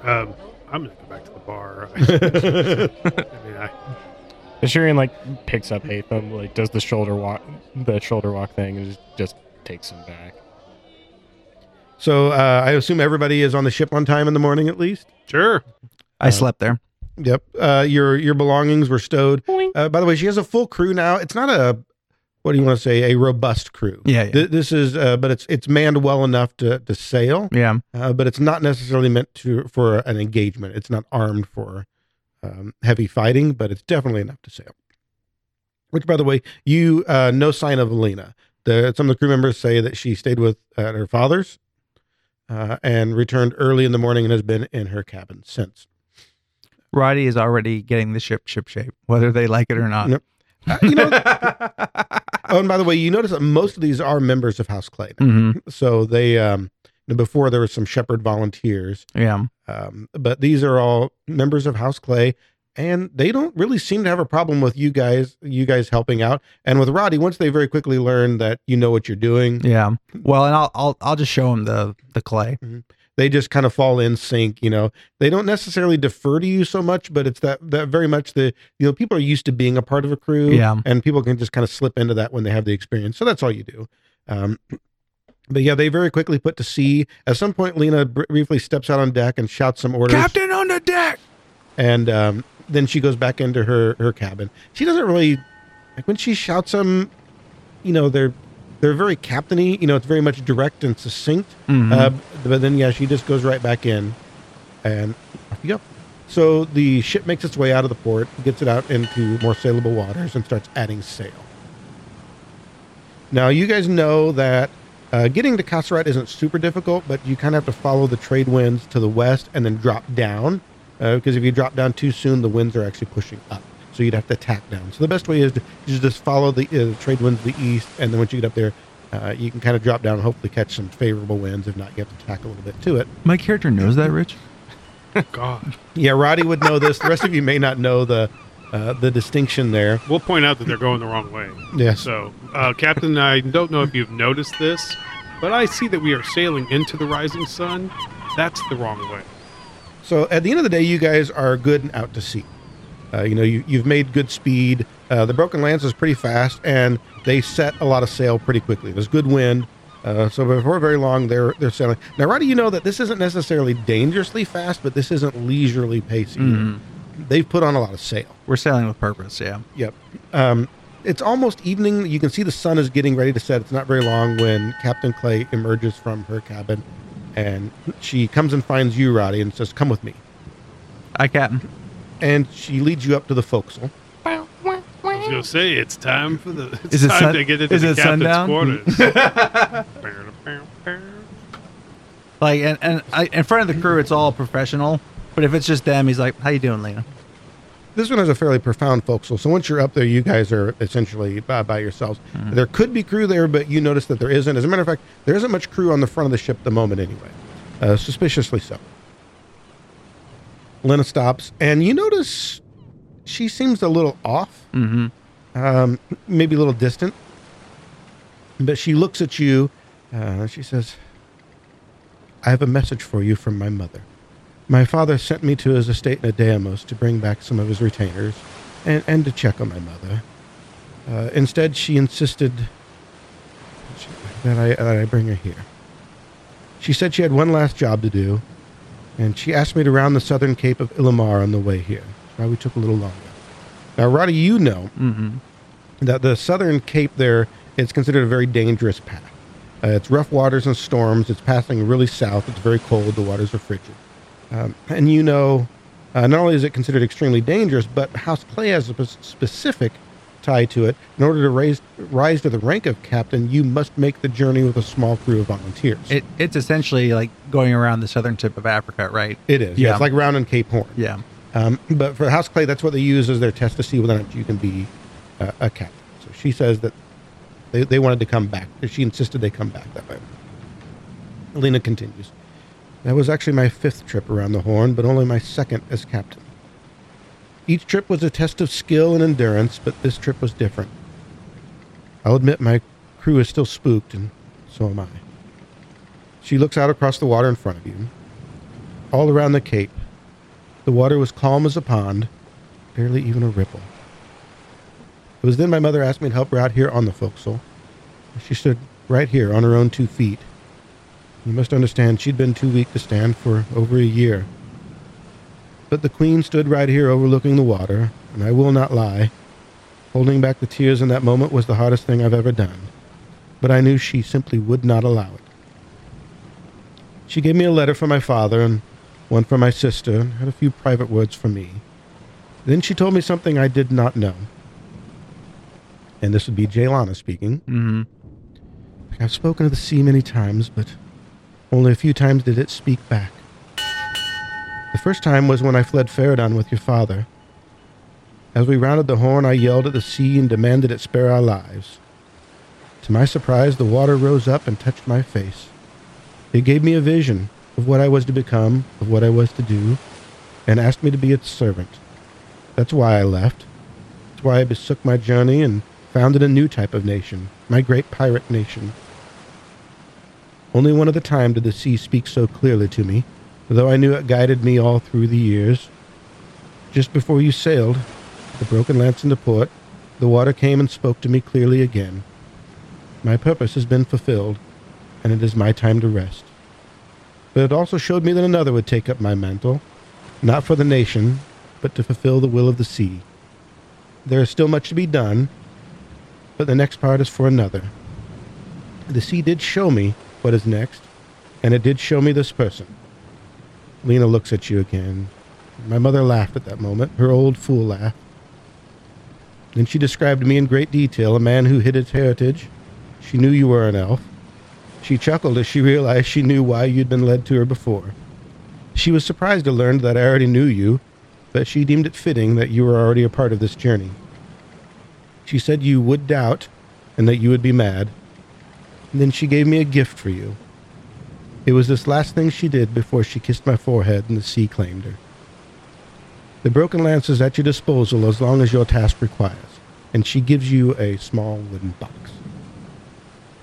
[SPEAKER 1] Um, I'm gonna go back to the
[SPEAKER 5] [LAUGHS]
[SPEAKER 1] bar. [LAUGHS] I mean, I,
[SPEAKER 2] Assyrian like picks up Hatham, like does the shoulder walk, the shoulder walk thing, and just- just takes him back.
[SPEAKER 5] So uh, I assume everybody is on the ship on time in the morning at least.
[SPEAKER 1] sure.
[SPEAKER 4] I slept there.
[SPEAKER 5] Yep. Uh, your your belongings were stowed. Uh, by the way, she has a full crew now. It's not a what do you want to say a robust crew.
[SPEAKER 4] Yeah, yeah.
[SPEAKER 5] Th- this is, uh, but it's it's manned well enough to to sail,
[SPEAKER 4] Yeah.
[SPEAKER 5] uh, but it's not necessarily meant to for an engagement. It's not armed for um, heavy fighting, but it's definitely enough to sail. Which, by the way, you uh, no sign of Alina. The, some of the crew members say that she stayed with at her father's uh, and returned early in the morning and has been in her cabin since.
[SPEAKER 4] Roddy is already getting the ship ship shape, whether they like it or not.
[SPEAKER 5] Yep. Uh, you know, oh, and by the way, you notice that most of these are members of House Clay.
[SPEAKER 4] Mhm.
[SPEAKER 5] So they, um, before there were some Shepherd volunteers,
[SPEAKER 4] Yeah.
[SPEAKER 5] um, but these are all members of House Clay, and they don't really seem to have a problem with you guys. You guys helping out, and with Roddy, once they very quickly learn that you know what you're doing,
[SPEAKER 4] Yeah. Well, and I'll I'll, I'll just show him the the clay.
[SPEAKER 5] they just kind of fall in sync. You know, they don't necessarily defer to you so much, but it's that that very much the you know people are used to being a part of a crew,
[SPEAKER 4] Yeah.
[SPEAKER 5] and people can just kind of slip into that when they have the experience. So that's all you do. Um, but yeah, they very quickly put to sea. At some point, Lena br- briefly steps out on deck and shouts some orders.
[SPEAKER 4] on the deck.
[SPEAKER 5] and um, then she goes back into her her cabin. She doesn't really like when she shouts them. You know, they're they're very captainy. You know, it's very much direct and succinct.
[SPEAKER 4] Mhm.
[SPEAKER 5] Uh, but then yeah, she just goes right back in, and off you go. So the ship makes its way out of the port, gets it out into more sailable waters, and starts adding sail. Now you guys know that. Uh, getting to Kasserat isn't super difficult, but you kind of have to follow the trade winds to the west and then drop down uh, because if you drop down too soon, the winds are actually pushing up. So you'd have to tack down. So the best way is to is just follow the uh, trade winds to the east, and then once you get up there, uh, you can kind of drop down and hopefully catch some favorable winds. If not, you have to tack a little bit to it.
[SPEAKER 4] My character knows that, Rich.
[SPEAKER 1] God,
[SPEAKER 5] Yeah, Roddy would know this. The rest of you may not know the uh, the distinction there.
[SPEAKER 1] we'll point out that they're going the wrong way.
[SPEAKER 5] Yes.
[SPEAKER 1] So, uh, Captain, I don't know if you've noticed this, but I see that we are sailing into the rising sun. That's the wrong way.
[SPEAKER 5] So at the end of the day, you guys are good and out to sea. Uh, you know, you, you've made good speed. Uh, the Broken Lance is pretty fast, and they set a lot of sail pretty quickly. There's good wind, uh, so before very long, they're they're sailing. Now, Roddy, you know that this isn't necessarily dangerously fast, but this isn't leisurely pace either. They've put on a lot of sail.
[SPEAKER 4] We're sailing with purpose. Yeah.
[SPEAKER 5] Yep. Um, it's almost evening. You can see the sun is getting ready to set. It's not very long when Captain Clay emerges from her cabin, and she comes and finds you, Roddy, and says, "Come with me."
[SPEAKER 4] Hi, Captain.
[SPEAKER 5] and she leads you up to the forecastle.
[SPEAKER 1] I was gonna say it's time for the. It's
[SPEAKER 4] Is it
[SPEAKER 1] time
[SPEAKER 4] sun-
[SPEAKER 1] to get into
[SPEAKER 4] is
[SPEAKER 1] the
[SPEAKER 4] it
[SPEAKER 1] captain's
[SPEAKER 4] sundown?
[SPEAKER 1] quarters.
[SPEAKER 4] [LAUGHS] Like, and and I, in front of the crew, it's all professional. But if it's just them, he's like, "How you doing, Lena?"
[SPEAKER 5] This one has a fairly profound forecastle, so once you're up there, you guys are essentially by, by yourselves. There could be crew there, but you notice that there isn't. As a matter of fact, there isn't much crew on the front of the ship at the moment, anyway. Uh, suspiciously so. Lena stops, and you notice she seems a little off,
[SPEAKER 4] Mm-hmm.
[SPEAKER 5] um, maybe a little distant. But she looks at you. Uh, she says, I have a message for you from my mother. My father sent me to his estate in Adamus to bring back some of his retainers and, and to check on my mother. Uh, instead, she insisted that I, that I bring her here. She said she had one last job to do, and she asked me to round the southern cape of Illimar on the way here. That's why we took a little longer. Now, Roddy, you know
[SPEAKER 4] Mm-hmm.
[SPEAKER 5] that the southern cape there it's considered a very dangerous path uh, it's rough waters and storms it's passing really south it's very cold the waters are frigid um, and you know uh, not only is it considered extremely dangerous but house clay has a spe- specific tie to it in order to raise, rise to the rank of captain you must make the journey with a small crew of volunteers
[SPEAKER 4] It it's essentially like going around the southern tip of Africa, right?
[SPEAKER 5] it is
[SPEAKER 4] Yeah.
[SPEAKER 5] it's like rounding cape horn
[SPEAKER 4] Yeah.
[SPEAKER 5] Um, but for House Clay, that's what they use as their test to see whether or not you can be uh, a captain. So she says that they, they wanted to come back. She insisted they come back that way. Lena continues. That was actually my fifth trip around the Horn, but only my second as captain. Each trip was a test of skill and endurance, but this trip was different. I'll admit my crew is still spooked, and so am I. She looks out across the water in front of you. All around the cape, the water was calm as a pond, barely even a ripple. It was then my mother asked me to help her out here on the forecastle. She stood right here on her own two feet. You must understand, she'd been too weak to stand for over a year. But the queen stood right here overlooking the water, and I will not lie. Holding back the tears in that moment was the hardest thing I've ever done, but I knew she simply would not allow it. She gave me a letter from my father and one from my sister, and had a few private words for me. Then she told me something I did not know. And this would be Jaylana speaking.
[SPEAKER 4] Mm-hmm.
[SPEAKER 5] I've spoken of the sea many times, but only a few times did it speak back. The first time was when I fled Faradon with your father. As we rounded the horn, I yelled at the sea and demanded it spare our lives. To my surprise, the water rose up and touched my face. It gave me a vision of what I was to become, of what I was to do, and asked me to be its servant. That's why I left. That's why I besook my journey and founded a new type of nation, my great pirate nation. Only one at a time did the sea speak so clearly to me, though I knew it guided me all through the years. Just before you sailed, the broken lance into port, the water came and spoke to me clearly again. My purpose has been fulfilled, and it is my time to rest. But it also showed me that another would take up my mantle, not for the nation, but to fulfill the will of the sea. There is still much to be done, but the next part is for another. The sea did show me what is next, and it did show me this person. Lena looks at you again. My mother laughed at that moment, her old fool laugh. Then she described to me in great detail a man who hid his heritage. She knew you were an elf. She chuckled as she realized she knew why you'd been led to her before. She was surprised to learn that I already knew you, but she deemed it fitting that you were already a part of this journey. She said you would doubt and that you would be mad. And then she gave me a gift for you. It was this last thing she did before she kissed my forehead and the sea claimed her. The broken lance is at your disposal as long as your task requires, and she gives you a small wooden box.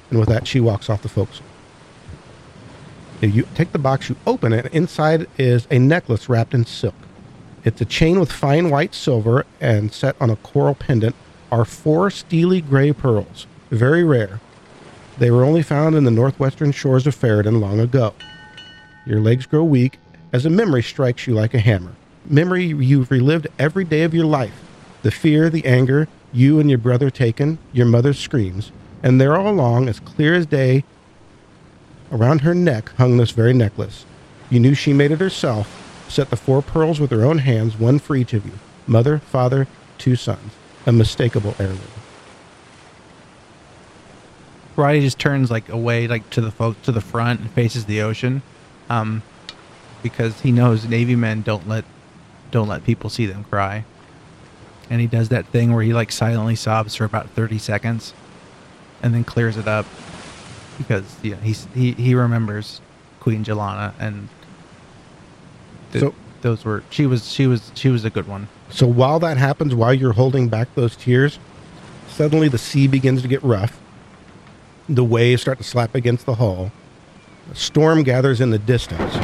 [SPEAKER 5] And with that, she walks off the forecastle. If you take the box, you open it, and inside is a necklace wrapped in silk. It's a chain with fine white silver and set on a coral pendant are four steely gray pearls, very rare. They were only found in the northwestern shores of Faradon long ago. Your legs grow weak as a memory strikes you like a hammer. Memory you've relived every day of your life. The fear, the anger, you and your brother taken, your mother's screams, and there all along, as clear as day, around her neck hung this very necklace. You knew she made it herself, set the four pearls with her own hands, one for each of you mother, father, two sons. A mistakable heirloom.
[SPEAKER 4] Roddy just turns like away, like to the fo- to the front, and faces the ocean, um, because he knows Navy men don't let don't let people see them cry. And he does that thing where he like silently sobs for about thirty seconds, and then clears it up because you know, he's he he remembers Queen Jelana, and th-
[SPEAKER 5] So-
[SPEAKER 4] those were she was she was she was a good one.
[SPEAKER 5] So while that happens, while you're holding back those tears, suddenly the sea begins to get rough. The waves start to slap against the hull. A storm gathers in the distance.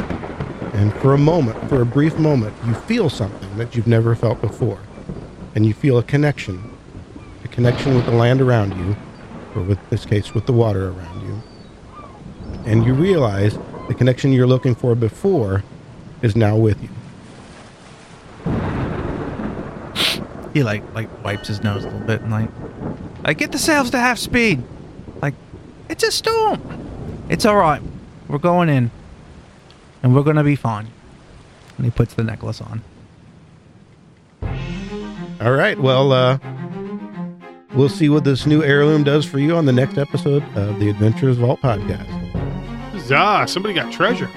[SPEAKER 5] And for a moment, for a brief moment, you feel something that you've never felt before. And you feel a connection a connection with the land around you, or with in this case, with the water around you. And you realize the connection you're looking for before is now with you.
[SPEAKER 4] He like like wipes his nose a little bit and like like get the sails to half speed. Like it's a storm. It's all right. We're going in, and we're gonna be fine. And he puts the necklace on.
[SPEAKER 5] All right. Well, uh, we'll see what this new heirloom does for you on the next episode of the Adventures Vault podcast.
[SPEAKER 1] Huzzah! Somebody got treasure.